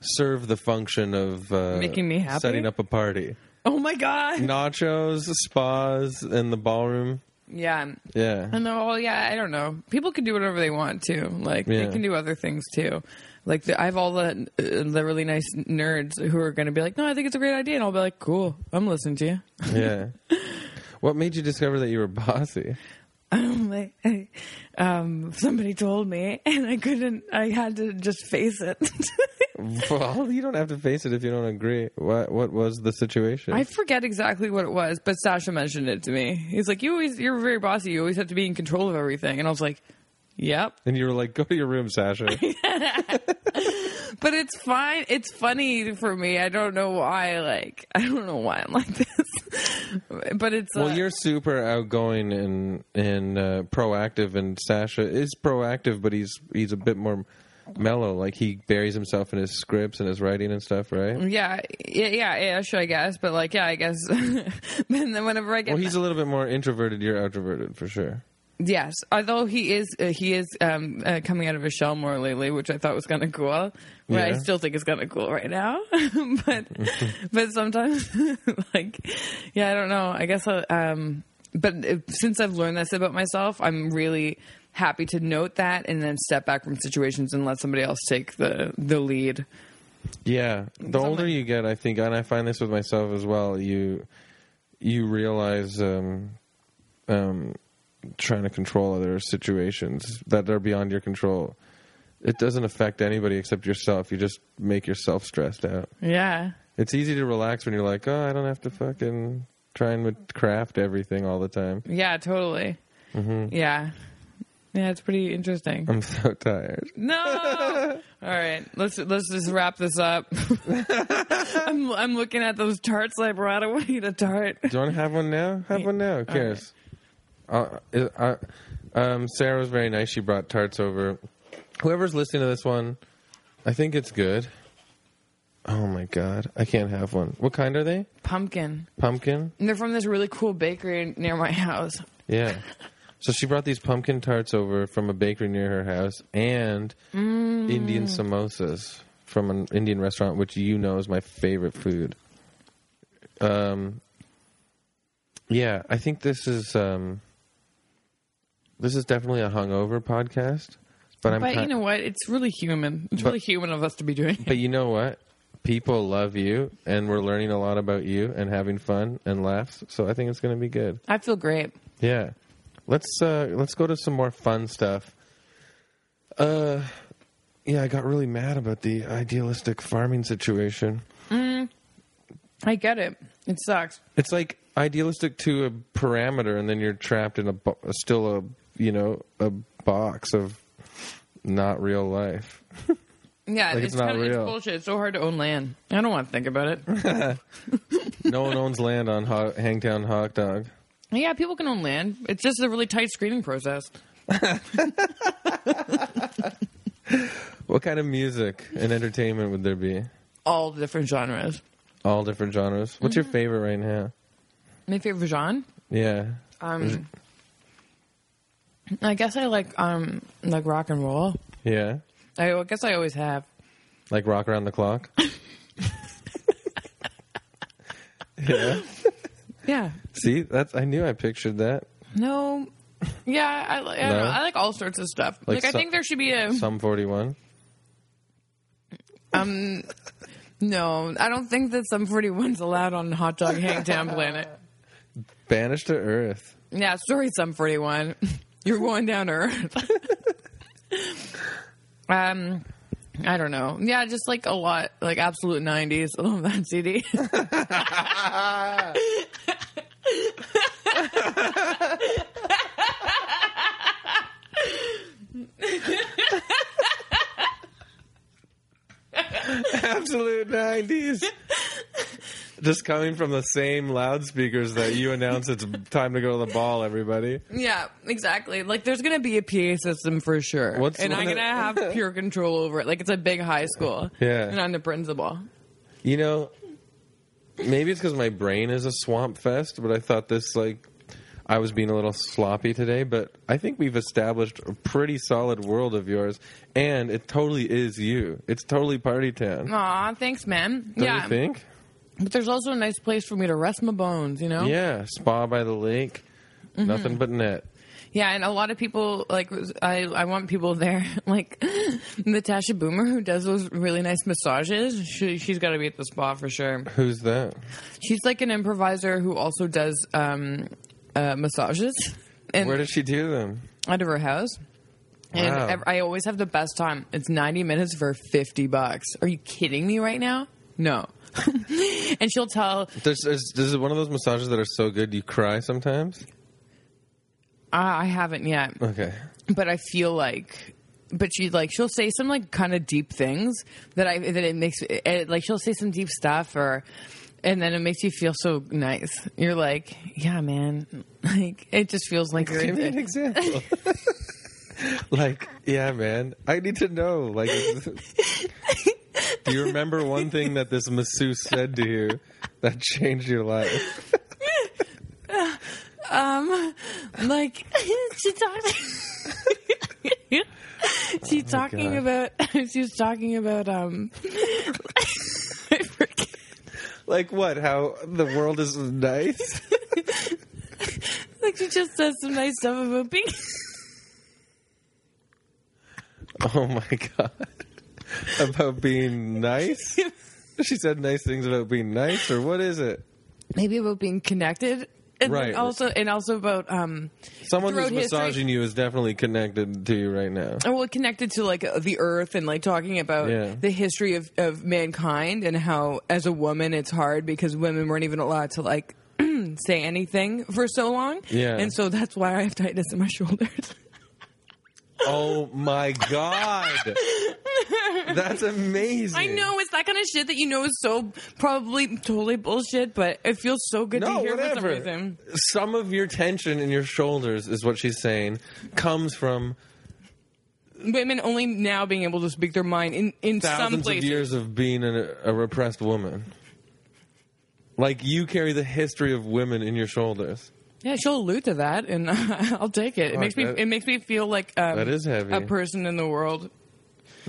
[SPEAKER 1] serve the function of uh,
[SPEAKER 2] Making me happy?
[SPEAKER 1] setting up a party.
[SPEAKER 2] Oh my god.
[SPEAKER 1] Nachos, spas, and the ballroom.
[SPEAKER 2] Yeah.
[SPEAKER 1] Yeah.
[SPEAKER 2] And oh yeah, I don't know. People can do whatever they want to. Like
[SPEAKER 1] Yeah.
[SPEAKER 2] they can do other things too. Like the, I have all the uh, the really nice nerds who are going to be like, no, I think it's a great idea, and I'll be like, cool, I'm listening to you.
[SPEAKER 1] Yeah. what made you discover that you were bossy?
[SPEAKER 2] I'm like, I, um, somebody told me, and I couldn't. I had to just face it.
[SPEAKER 1] Well, you don't have to face it if you don't agree. What what was the situation?
[SPEAKER 2] I forget exactly what it was, but Sasha mentioned it to me. He's like, "You always, you're very bossy. You always have to be in control of everything." And I was like, "Yep."
[SPEAKER 1] and you were like, "Go to your room, Sasha."
[SPEAKER 2] But it's fine. It's funny for me. I don't know why. Like, I don't know why I'm like this. but it's
[SPEAKER 1] well,
[SPEAKER 2] uh,
[SPEAKER 1] you're super outgoing and and uh, proactive, and Sasha is proactive, but he's he's a bit more mellow. Like he buries himself in his scripts and his writing and stuff, right?
[SPEAKER 2] yeah, yeah, yeah, ish, I guess. But like, yeah, I guess. and then whenever I get
[SPEAKER 1] Well, he's a little bit more introverted. You're introverted for sure.
[SPEAKER 2] Yes, although he is uh, he is um, uh, coming out of his shell more lately, which I thought was kind of cool. But I
[SPEAKER 1] Yeah.
[SPEAKER 2] still think it's kind of cool right now. but but sometimes, like, yeah, I don't know. I guess. I'll, um, but uh, since I've learned this about myself, I'm really happy to note that and then step back from situations and let somebody else take the the lead.
[SPEAKER 1] Yeah, the older you get, I think, and I find this with myself as well. You you realize um, um, trying to control other situations that are beyond your control. It doesn't affect anybody except yourself. You just make yourself stressed out.
[SPEAKER 2] Yeah.
[SPEAKER 1] It's easy to relax when you're like, oh, I don't have to fucking try and craft everything all the time.
[SPEAKER 2] Yeah. Totally. Yeah. Yeah, it's pretty interesting.
[SPEAKER 1] I'm so tired.
[SPEAKER 2] No. All right, let's let's just wrap this up. I'm I'm looking at those tarts I brought away to tart.
[SPEAKER 1] Do you want to have one now? Have one now. Who cares? Uh, uh, um, Sarah was very nice. She brought tarts over. Whoever's listening to this one, I think it's good. Oh my god, I can't have one. What kind are they?
[SPEAKER 2] Pumpkin.
[SPEAKER 1] Pumpkin?
[SPEAKER 2] And they're from this really cool bakery near my house.
[SPEAKER 1] Yeah. So she brought these pumpkin tarts over from a bakery near her house and
[SPEAKER 2] Mm.
[SPEAKER 1] Indian samosas from an Indian restaurant, which you know is my favorite food. Um, yeah, I think this is um, this is definitely a hungover podcast, but I'm
[SPEAKER 2] but you
[SPEAKER 1] kind-
[SPEAKER 2] know what? It's really human. It's
[SPEAKER 1] But-
[SPEAKER 2] really human of us to be doing. it.
[SPEAKER 1] but you know what? People love you, and we're learning a lot about you and having fun and laughs. So I think it's going to be good.
[SPEAKER 2] I feel great.
[SPEAKER 1] Yeah. Let's uh let's go to some more fun stuff. Uh yeah, I got really mad about the idealistic farming situation.
[SPEAKER 2] I get it. It sucks.
[SPEAKER 1] It's like idealistic to a parameter and then you're trapped in a bo- still a, you know, a box of not real life.
[SPEAKER 2] Yeah,
[SPEAKER 1] Like,
[SPEAKER 2] it's
[SPEAKER 1] it's not
[SPEAKER 2] kinda,
[SPEAKER 1] real.
[SPEAKER 2] It's bullshit. It's so hard to own land. I don't want to think about it.
[SPEAKER 1] No one owns land on Ho- Hangtown Hawk Dog.
[SPEAKER 2] yeah, people can own land. It's just a really tight screening process.
[SPEAKER 1] What kind of music and entertainment would there be?
[SPEAKER 2] All the different genres.
[SPEAKER 1] All different genres. What's your favorite right now?
[SPEAKER 2] My favorite genre.
[SPEAKER 1] Yeah.
[SPEAKER 2] Um, I guess I like um like rock and roll.
[SPEAKER 1] Yeah.
[SPEAKER 2] I guess I always have.
[SPEAKER 1] Like rock around the clock? yeah.
[SPEAKER 2] Yeah.
[SPEAKER 1] See, that's I knew I pictured that.
[SPEAKER 2] No. Yeah, I, li-
[SPEAKER 1] No?
[SPEAKER 2] I, don't know. I like all sorts of stuff.
[SPEAKER 1] Like
[SPEAKER 2] Like, I
[SPEAKER 1] so-
[SPEAKER 2] think there should be a
[SPEAKER 1] Psalm 41.
[SPEAKER 2] no. I don't think that some forty one's allowed on Hot Dog Hangtown Planet.
[SPEAKER 1] Banished to earth.
[SPEAKER 2] Yeah, sorry, some forty one. You're going down to earth. um, I don't know. Yeah, just like a lot, like absolute nineties. I love that CD.
[SPEAKER 1] Absolute 90s. Just coming from the same loudspeakers that you announce it's time to go to the ball, everybody.
[SPEAKER 2] Yeah, exactly. Like, there's gonna be a PA system for sure,
[SPEAKER 1] What's
[SPEAKER 2] and
[SPEAKER 1] one
[SPEAKER 2] I'm
[SPEAKER 1] of-
[SPEAKER 2] gonna have pure control over it. Like, it's a big high school,
[SPEAKER 1] Yeah.
[SPEAKER 2] and I'm the principal.
[SPEAKER 1] You know, maybe it's because my brain is a swamp fest, but I thought this, like, I was being a little sloppy today, but I think we've established a pretty solid world of yours, and it totally is you. It's totally Party Town.
[SPEAKER 2] Aw, thanks, man.
[SPEAKER 1] Don't
[SPEAKER 2] yeah,
[SPEAKER 1] you think?
[SPEAKER 2] but there's also a nice place for me to rest my bones. You know.
[SPEAKER 1] Yeah, spa by the lake. Nothing but net.
[SPEAKER 2] Yeah, and a lot of people like I. I want people there. Like Natasha Boomer, who does those really nice massages. She, she's got to be at the spa for sure.
[SPEAKER 1] Who's that?
[SPEAKER 2] She's like an improviser who also does um, uh, massages. and
[SPEAKER 1] Where does she do them?
[SPEAKER 2] out of her house. And
[SPEAKER 1] Wow.
[SPEAKER 2] ev- I always have the best time. It's 90 minutes for 50 bucks. Are you kidding me right now? No. and she'll tell,
[SPEAKER 1] There's, there's, this is one of those massages that are so good you cry sometimes.
[SPEAKER 2] I I haven't yet.
[SPEAKER 1] Okay.
[SPEAKER 2] but I feel like but she like she'll say some like kind of deep things that I that it makes it, like she'll say some deep stuff or and then it makes you feel so nice. You're like, yeah, man. Like it just feels like
[SPEAKER 1] Give me an
[SPEAKER 2] you're
[SPEAKER 1] example. like, yeah, man. I need to know. Like, is this- do you remember one thing that this masseuse said to you that changed your life?
[SPEAKER 2] like she talks
[SPEAKER 1] Oh
[SPEAKER 2] She's talking about she was talking about um I forget.
[SPEAKER 1] Like, what? How the world is nice?
[SPEAKER 2] like she just says some nice stuff about being
[SPEAKER 1] Oh my god. About being nice? She said nice things about being nice, or what is it?
[SPEAKER 2] maybe about being connected. And
[SPEAKER 1] Right.
[SPEAKER 2] also and also about um
[SPEAKER 1] Someone who's
[SPEAKER 2] Throat history.
[SPEAKER 1] massaging you is definitely connected to you right now.
[SPEAKER 2] Oh, well connected to like uh, the earth and like talking about
[SPEAKER 1] Yeah.
[SPEAKER 2] the history of, of mankind and how as a woman it's hard because women weren't even allowed to like say anything for so long
[SPEAKER 1] Yeah.
[SPEAKER 2] and so that's why i have tightness in my shoulders
[SPEAKER 1] Oh my god. That's amazing.
[SPEAKER 2] i know it's that kind of shit that you know is so probably totally bullshit but it feels so good to
[SPEAKER 1] No,
[SPEAKER 2] hear for some
[SPEAKER 1] whatever.
[SPEAKER 2] reason
[SPEAKER 1] Some of your tension in your shoulders is what she's saying comes from
[SPEAKER 2] women only now being able to speak their mind in, in some
[SPEAKER 1] thousands of
[SPEAKER 2] places
[SPEAKER 1] years of being a, a repressed woman. Like you carry the history of women in your shoulders.
[SPEAKER 2] Yeah, she'll allude to that, and I'll take it. It
[SPEAKER 1] Fuck,
[SPEAKER 2] makes me
[SPEAKER 1] that-
[SPEAKER 2] it makes me feel like um,
[SPEAKER 1] That is heavy.
[SPEAKER 2] a person in the world.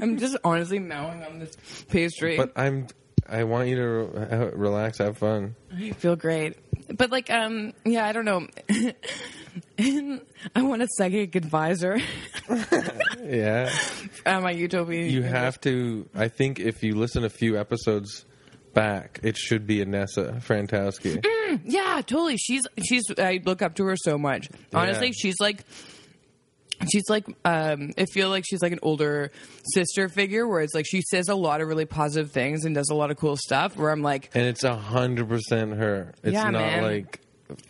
[SPEAKER 2] I'm just honestly mowing on this pastry.
[SPEAKER 1] But I'm. I want you to re- uh, relax, have fun.
[SPEAKER 2] I feel great, but like, um, yeah, I don't know. I want a psychic advisor
[SPEAKER 1] Yeah,
[SPEAKER 2] at my utopia.
[SPEAKER 1] you have to. I think if you listen a few episodes back, it should be Anessa Frantowski.
[SPEAKER 2] Mm. yeah, totally. She's she's. I look up to her so much. Honestly,
[SPEAKER 1] Yeah.
[SPEAKER 2] she's like. She's like, um, I feel like she's like an older sister figure where it's like she says a lot of really positive things and does a lot of cool stuff. Where I'm like,
[SPEAKER 1] and it's a hundred percent her. It's
[SPEAKER 2] Yeah,
[SPEAKER 1] not
[SPEAKER 2] man.
[SPEAKER 1] like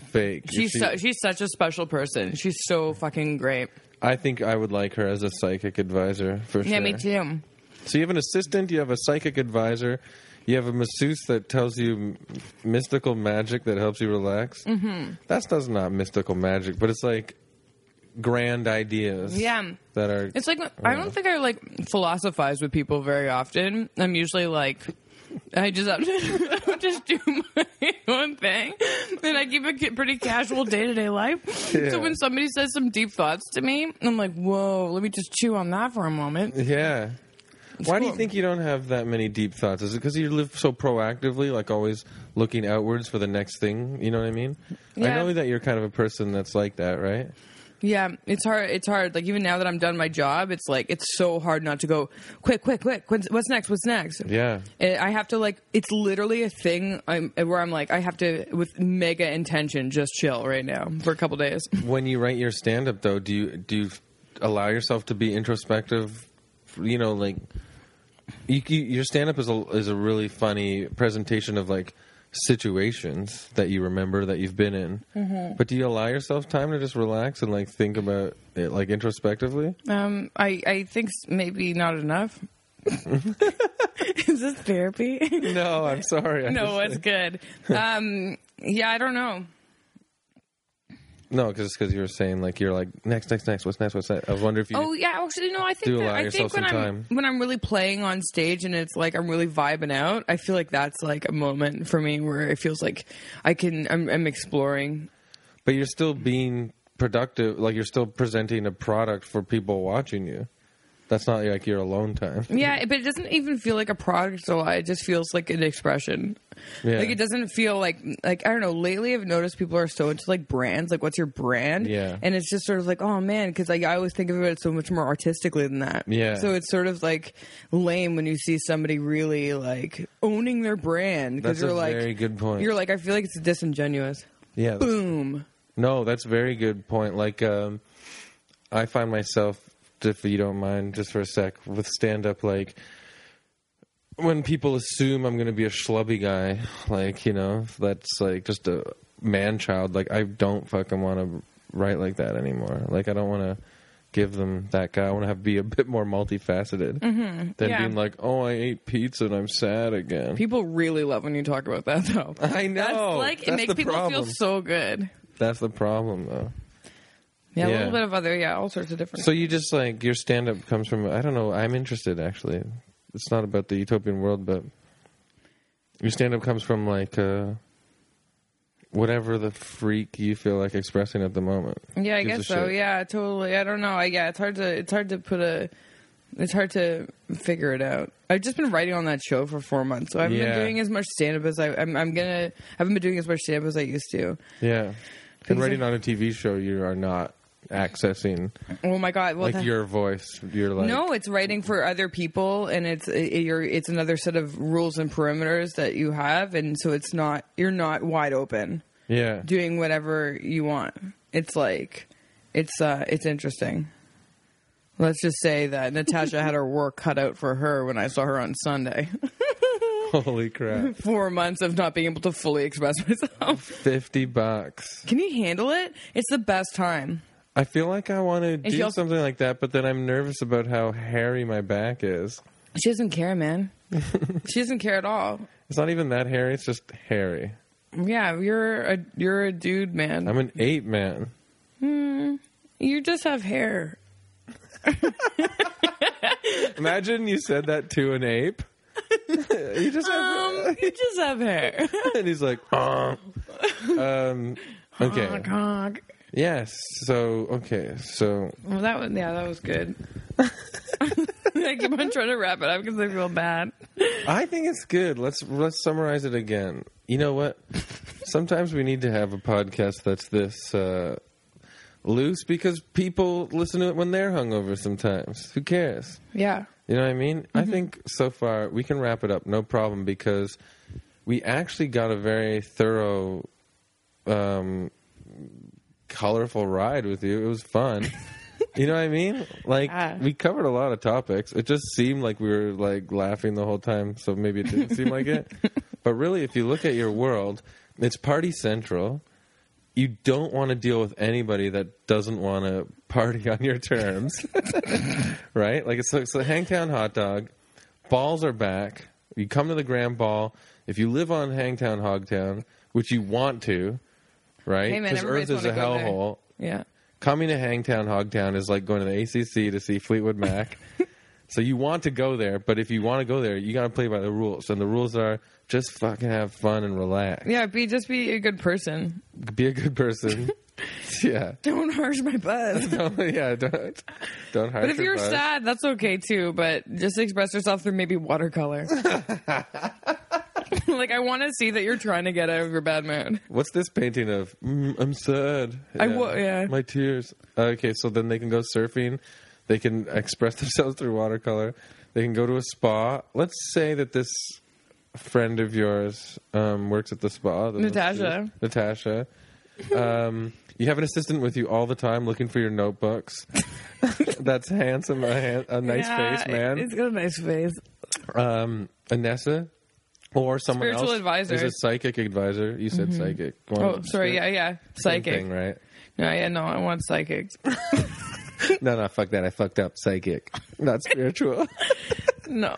[SPEAKER 1] fake.
[SPEAKER 2] She's
[SPEAKER 1] She-
[SPEAKER 2] su- she's such a special person. She's so fucking great.
[SPEAKER 1] I think I would like her as a psychic advisor for sure.
[SPEAKER 2] Yeah, me too.
[SPEAKER 1] So you have an assistant, you have a psychic advisor, you have a masseuse that tells you m- mystical magic that helps you relax. Mm-hmm. That's, that's not mystical magic, but it's like grand ideas.
[SPEAKER 2] Yeah.
[SPEAKER 1] that are.
[SPEAKER 2] It's like I don't think I like philosophize with people very often. I'm usually like I just I just do my own thing, and I keep a ca- pretty casual day to day life.
[SPEAKER 1] Yeah.
[SPEAKER 2] So when somebody says some deep thoughts to me, I'm like, whoa, let me just chew on that for a moment.
[SPEAKER 1] yeah. Why do you
[SPEAKER 2] cool.
[SPEAKER 1] think you don't have that many deep thoughts? Is it because you live so proactively, like always looking outwards for the next thing? You know what I mean? I
[SPEAKER 2] Yeah.
[SPEAKER 1] know that you're kind of a person that's like that, right?
[SPEAKER 2] Yeah, it's hard. It's hard. Like even now that I'm done my job, it's like it's so hard not to go quick, quick, quick. What's what's next? What's next?
[SPEAKER 1] Yeah.
[SPEAKER 2] And I have to like it's literally a thing I'm, where I'm like I have to with mega intention just chill right now for a couple days.
[SPEAKER 1] when you write your stand up though do you do you allow yourself to be introspective you know like you, you, your stand up is a is a really funny presentation of like situations that you remember that you've been in but do you allow yourself time to just relax and like think about it like introspectively
[SPEAKER 2] Um, I I think s- maybe not enough. Is this therapy?
[SPEAKER 1] no i'm sorry I
[SPEAKER 2] no,
[SPEAKER 1] just-
[SPEAKER 2] it's good. Um, yeah, I don't know.
[SPEAKER 1] no because you were saying like you're like next next next what's next what's next i was wondering if you
[SPEAKER 2] Oh yeah, actually no. I think
[SPEAKER 1] Do
[SPEAKER 2] that,
[SPEAKER 1] allow
[SPEAKER 2] I
[SPEAKER 1] yourself
[SPEAKER 2] think when
[SPEAKER 1] some
[SPEAKER 2] I'm
[SPEAKER 1] time.
[SPEAKER 2] when I'm really playing on stage and it's like I'm really vibing out, I feel like that's like a moment for me where it feels like I can I'm, I'm exploring.
[SPEAKER 1] but you're still being productive like you're still presenting a product for people watching you that's not like your alone time
[SPEAKER 2] Yeah, but it doesn't even feel like a product a lot. It just feels like an expression.
[SPEAKER 1] Yeah.
[SPEAKER 2] Like it doesn't feel like like I don't know. Lately, I've noticed people are so into like brands. Like, what's your brand?
[SPEAKER 1] Yeah.
[SPEAKER 2] and it's just sort of like, oh man, because like I always think of it so much more artistically than that.
[SPEAKER 1] Yeah.
[SPEAKER 2] So it's sort of like lame when you see somebody really like owning their brand because
[SPEAKER 1] That's
[SPEAKER 2] you're
[SPEAKER 1] a
[SPEAKER 2] like
[SPEAKER 1] very good point.
[SPEAKER 2] You're like, I feel like it's disingenuous.
[SPEAKER 1] yeah. that's-
[SPEAKER 2] Boom.
[SPEAKER 1] No, that's a very good point. Like, um, I find myself, if you don't mind, just for a sec, with stand up, like, when people assume I'm going to be a schlubby guy, like, you know, that's like just a man child. Like, I don't fucking want to write like that anymore. Like, I don't want to give them that guy. I want to have be a bit more multifaceted than
[SPEAKER 2] Mm-hmm. yeah.
[SPEAKER 1] being like, oh, I ate pizza and I'm sad again.
[SPEAKER 2] People really love when you talk about that, though.
[SPEAKER 1] I know.
[SPEAKER 2] That's like it
[SPEAKER 1] That's
[SPEAKER 2] makes
[SPEAKER 1] the
[SPEAKER 2] people
[SPEAKER 1] problem.
[SPEAKER 2] feel so good.
[SPEAKER 1] That's the problem, though.
[SPEAKER 2] Yeah,
[SPEAKER 1] Yeah.
[SPEAKER 2] a little bit of other, yeah, all sorts of different.
[SPEAKER 1] So you just like your stand up comes from I don't know, I'm interested actually. It's not about the utopian world, but your stand up comes from like uh whatever the freak you feel like expressing at the moment.
[SPEAKER 2] yeah, I
[SPEAKER 1] Gives a
[SPEAKER 2] guess so.
[SPEAKER 1] shit.
[SPEAKER 2] Yeah, totally. I don't know. I, yeah, it's hard to it's hard to put a it's hard to figure it out. I've just been writing on that show for four months, so I haven't
[SPEAKER 1] Yeah.
[SPEAKER 2] been doing as much stand up as I I'm, I'm gonna. I haven't been doing as much stand up as I used to.
[SPEAKER 1] Yeah.
[SPEAKER 2] Because
[SPEAKER 1] And writing on a TV show you are not accessing
[SPEAKER 2] Oh my god! Well,
[SPEAKER 1] like
[SPEAKER 2] that-
[SPEAKER 1] your voice. You're like
[SPEAKER 2] no, it's writing for other people, and it's it, you're, it's another set of rules and perimeters that you have, and so it's not you're not wide open.
[SPEAKER 1] Yeah.
[SPEAKER 2] doing whatever you want. It's like it's uh it's interesting. Let's just say that Natasha had her work cut out for her when I saw her on Sunday.
[SPEAKER 1] Holy crap.
[SPEAKER 2] Four months of not being able to fully express myself.
[SPEAKER 1] Fifty bucks.
[SPEAKER 2] Can you handle it? It's the best time.
[SPEAKER 1] I feel like I want to
[SPEAKER 2] she
[SPEAKER 1] do
[SPEAKER 2] also-
[SPEAKER 1] something like that, but then I'm nervous about how hairy my back is.
[SPEAKER 2] She doesn't care, man. she doesn't care at all.
[SPEAKER 1] It's not even that hairy, it's just hairy.
[SPEAKER 2] Yeah, you're a you're a dude, man.
[SPEAKER 1] I'm an ape man.
[SPEAKER 2] You just have hair.
[SPEAKER 1] Imagine you said that to an ape. you just have,
[SPEAKER 2] Um, you just have hair.
[SPEAKER 1] and he's like, "Uh." um, okay,
[SPEAKER 2] Honk, honk.
[SPEAKER 1] yes. So okay, so
[SPEAKER 2] Well, that was yeah, that was good. I keep on trying to wrap it up because I feel bad.
[SPEAKER 1] I think it's good. Let's let's summarize it again. You know what? Sometimes we need to have a podcast that's this uh, loose because people listen to it when they're hungover. Sometimes, who cares?
[SPEAKER 2] Yeah,
[SPEAKER 1] You know what I mean? I think so far we can wrap it up no problem because we actually got a very thorough, um, colorful ride with you. It was fun. you know what I mean? Like
[SPEAKER 2] Yeah.
[SPEAKER 1] we covered a lot of topics. It just seemed like we were like laughing the whole time, so maybe it didn't seem like it. But really, if you look at your world, it's party central. You don't want to deal with anybody that doesn't want to party on your terms right? Like it's like so Hangtown hot dog. Balls are back. You come to the Grand Ball. If you live on Hangtown Hogtown, which you want to, right?
[SPEAKER 2] Hey, man,
[SPEAKER 1] Earth
[SPEAKER 2] everybody's
[SPEAKER 1] is a
[SPEAKER 2] wanna go there.
[SPEAKER 1] hellhole.
[SPEAKER 2] yeah.
[SPEAKER 1] Coming to Hangtown Hogtown is like going to the ACC to see Fleetwood Mac. so you want to go there, but if you want to go there, you got to play by the rules. And the rules are just fucking have fun and relax.
[SPEAKER 2] Yeah, be just be a good person.
[SPEAKER 1] Be a good person. yeah.
[SPEAKER 2] Don't harsh my buzz.
[SPEAKER 1] Don't, yeah, don't don't
[SPEAKER 2] But if you're
[SPEAKER 1] sad.
[SPEAKER 2] sad, that's okay too. But just express yourself through maybe watercolor. like I want to see that you're trying to get out of your bad mood.
[SPEAKER 1] What's this painting of? Mm, I'm sad.
[SPEAKER 2] I wa- yeah.
[SPEAKER 1] My tears. Okay, so then they can go surfing. They can express themselves through watercolor. They can go to a spa. Let's say that this friend of yours um, works at the spa. the
[SPEAKER 2] Natasha.
[SPEAKER 1] masseuse- Natasha. Um, you have an assistant with you all the time looking for your notebooks. That's handsome, a, han- a nice
[SPEAKER 2] Yeah,
[SPEAKER 1] face, man
[SPEAKER 2] It's got a nice face.
[SPEAKER 1] um, Anessa or someone
[SPEAKER 2] Spiritual
[SPEAKER 1] else
[SPEAKER 2] advisor.
[SPEAKER 1] is a psychic advisor. You said psychic.
[SPEAKER 2] Oh, sorry. Yeah, yeah. Psychic.
[SPEAKER 1] Thing, right?
[SPEAKER 2] No, yeah, no. I want psychic.
[SPEAKER 1] No, no, fuck that. I fucked up. Psychic, not spiritual.
[SPEAKER 2] No,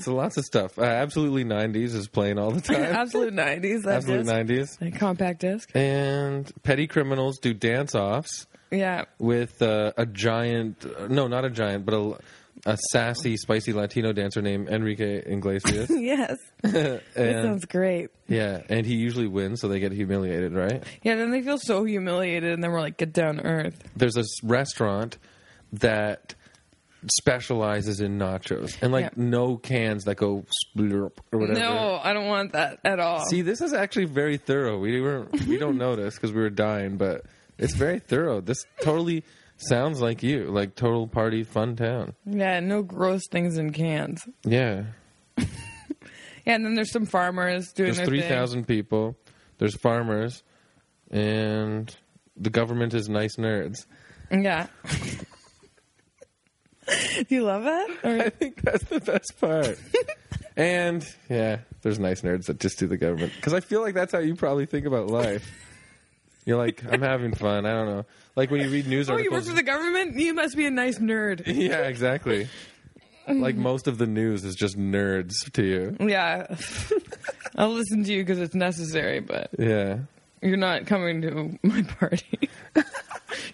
[SPEAKER 1] so lots of stuff. Uh, absolutely nineties is playing all the time.
[SPEAKER 2] absolute nineties. That's
[SPEAKER 1] Absolute nineties.
[SPEAKER 2] Compact disc.
[SPEAKER 1] And petty criminals do dance offs
[SPEAKER 2] Yeah.
[SPEAKER 1] with uh, a giant. uh, No, not a giant, but a. A sassy, spicy Latino dancer named Enrique Iglesias.
[SPEAKER 2] Yes. That
[SPEAKER 1] And,
[SPEAKER 2] sounds great.
[SPEAKER 1] yeah, and he usually wins, so they get humiliated, right?
[SPEAKER 2] Yeah, then they feel so humiliated, and then we're like, get down to earth.
[SPEAKER 1] there's this restaurant that specializes in nachos and like
[SPEAKER 2] Yeah.
[SPEAKER 1] no cans that go splurp or whatever.
[SPEAKER 2] No, I don't want that at all.
[SPEAKER 1] See, this is actually very thorough. We weren't we don't notice because we were dying, but it's very thorough. This totally sounds like you, like total party fun town.
[SPEAKER 2] yeah, no gross things in cans.
[SPEAKER 1] Yeah,
[SPEAKER 2] Yeah, and then there's some farmers doing
[SPEAKER 1] there's
[SPEAKER 2] their
[SPEAKER 1] three
[SPEAKER 2] thing.
[SPEAKER 1] thousand people. There's farmers, and the government is nice nerds.
[SPEAKER 2] Yeah. Do you love that? Or-
[SPEAKER 1] I think that's the best part. and yeah, there's nice nerds that just do the government because I feel like that's how you probably think about life. You're like, I'm having fun. I don't know. Like when you read news
[SPEAKER 2] oh, you
[SPEAKER 1] articles.
[SPEAKER 2] work for the government? You must be a nice nerd.
[SPEAKER 1] yeah, exactly. Like most of the news is just nerds to you.
[SPEAKER 2] Yeah. I'll listen to you because it's necessary, but
[SPEAKER 1] Yeah.
[SPEAKER 2] you're not coming to my party.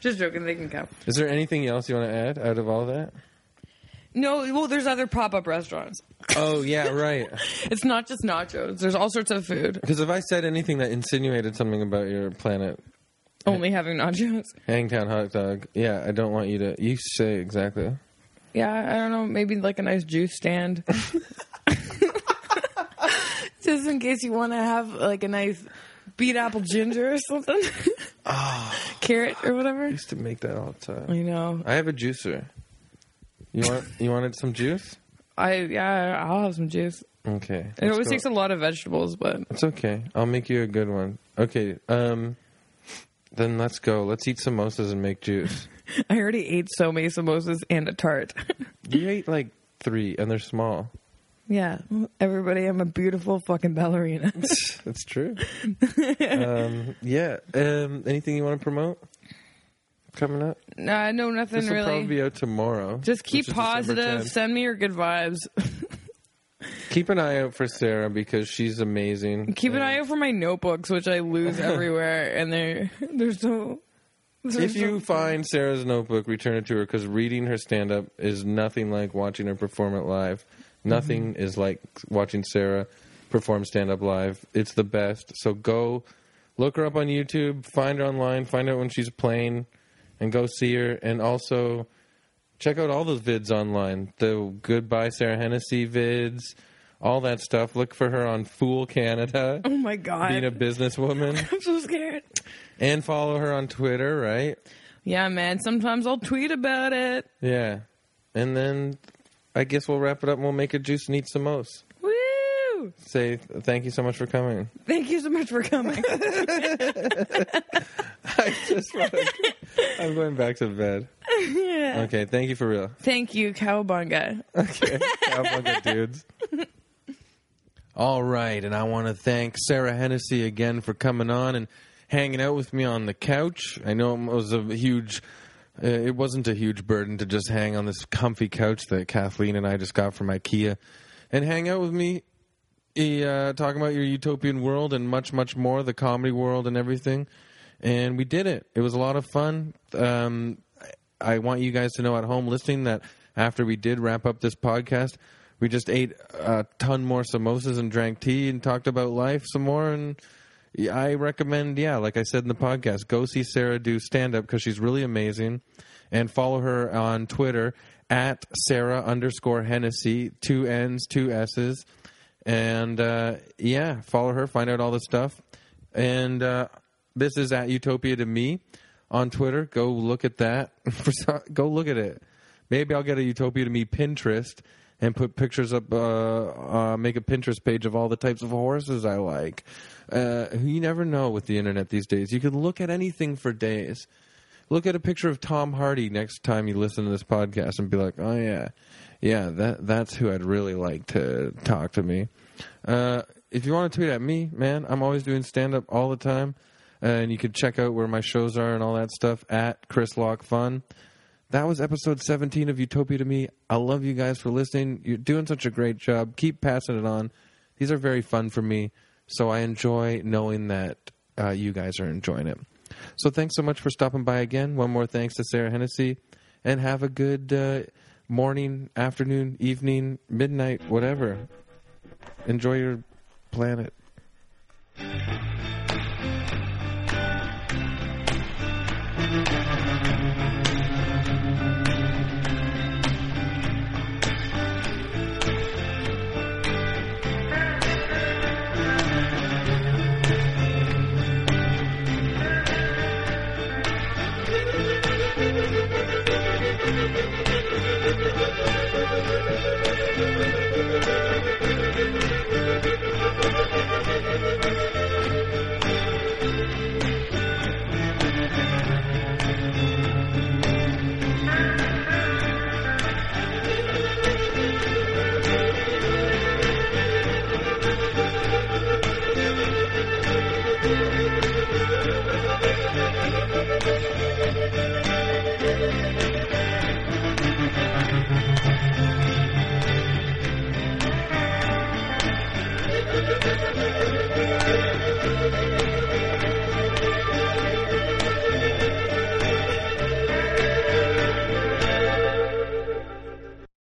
[SPEAKER 2] Just joking, they can come.
[SPEAKER 1] Is there anything else you want to add out of all that?
[SPEAKER 2] No, well, there's other pop up restaurants.
[SPEAKER 1] Oh yeah, right.
[SPEAKER 2] It's not just nachos. There's all sorts of food.
[SPEAKER 1] Because if I said anything that insinuated something about your planet,
[SPEAKER 2] Only having nachos.
[SPEAKER 1] Hangtown hot dog, yeah, I don't want you to. You say exactly.
[SPEAKER 2] Yeah, I don't know. Maybe like a nice juice stand. Just in case you want to have like a nice beet apple ginger or something.
[SPEAKER 1] Ah.
[SPEAKER 2] Carrot or whatever.
[SPEAKER 1] I used to make that all the time.
[SPEAKER 2] You know,
[SPEAKER 1] I have a juicer. You want you wanted some juice?
[SPEAKER 2] I yeah, I'll have some juice.
[SPEAKER 1] Okay.
[SPEAKER 2] It always takes a lot of vegetables, but
[SPEAKER 1] It's okay. I'll make you a good one. Okay. Um then let's go. Let's eat samosas and make juice.
[SPEAKER 2] I already ate so many samosas and a tart.
[SPEAKER 1] you ate like 3 and they're small.
[SPEAKER 2] yeah, everybody, I'm a beautiful fucking ballerina.
[SPEAKER 1] That's true. um yeah. Um anything you want to promote? Coming up?
[SPEAKER 2] nah, no, nothing
[SPEAKER 1] This will
[SPEAKER 2] really.
[SPEAKER 1] probably be out tomorrow.
[SPEAKER 2] Just
[SPEAKER 1] which is
[SPEAKER 2] keep
[SPEAKER 1] December
[SPEAKER 2] positive.
[SPEAKER 1] 10th.
[SPEAKER 2] Send me your good vibes.
[SPEAKER 1] Keep an eye out for Sarah because she's amazing.
[SPEAKER 2] Keep an eye out for my notebooks, which I lose everywhere, and they're they're so. they're
[SPEAKER 1] If you
[SPEAKER 2] so-
[SPEAKER 1] find Sarah's notebook, return it to her because reading her stand up is nothing like watching her perform it live. Nothing is like watching Sarah perform stand up live. It's the best. So go look her up on YouTube, find her online, find out when she's playing, and go see her. And also check out all the vids online the Goodbye Sarah Hennessy vids, all that stuff. Look for her on Fool Canada,
[SPEAKER 2] oh my god,
[SPEAKER 1] being a businesswoman,
[SPEAKER 2] I'm so scared.
[SPEAKER 1] and follow her on Twitter, right?
[SPEAKER 2] Yeah, man. Sometimes I'll tweet about it.
[SPEAKER 1] Yeah. And then I guess we'll wrap it up and we'll make a juice and eat samosas.
[SPEAKER 2] Woo!
[SPEAKER 1] Say th- thank you so much for coming.
[SPEAKER 2] Thank you so much for coming.
[SPEAKER 1] I just want to, I'm going back to bed. Okay, thank you for real.
[SPEAKER 2] Thank you, Cowabunga.
[SPEAKER 1] Okay. Cowabunga dudes. All right, and I want to thank Sarah Hennessy again for coming on and hanging out with me on the couch. I know it was a huge uh, it wasn't a huge burden to just hang on this comfy couch that Kathleen and I just got from IKEA and hang out with me uh, talking about your utopian world and much, much more, the comedy world and everything. And we did it. It was a lot of fun. Um, I I want you guys to know at home listening that after we did wrap up this podcast, we just ate a ton more samosas and drank tea and talked about life some more. And I recommend, yeah, like I said in the podcast, go see Sarah do stand up because she's really amazing. And follow her on Twitter at Sarah underscore Hennessy, two N's, two S's and uh, yeah, follow her, find out all the stuff. And uh, this is at Utopia to me on Twitter. Go look at that. For so- Go look at it. Maybe I'll get a Utopia to me Pinterest and put pictures up. Uh, uh, make a Pinterest page of all the types of horses I like. Uh, you never know with the internet these days. You can look at anything for days look at a picture of Tom Hardy next time you listen to this podcast and be like, oh yeah, yeah, that that's who I'd really like to talk to me. Uh, if you want to tweet at me, man, I'm always doing stand up all the time, Uh, and you can check out where my shows are and all that stuff at Chris Lock Fun. That was episode 17 of Utopia to me. I love you guys for listening. You're doing such a great job. Keep passing it on. These are very fun for me, so I enjoy knowing that uh, you guys are enjoying it. So thanks so much for stopping by again. One more thanks to Sarah Hennessy, and have a good uh, morning, afternoon, evening, midnight, whatever. Enjoy your planet.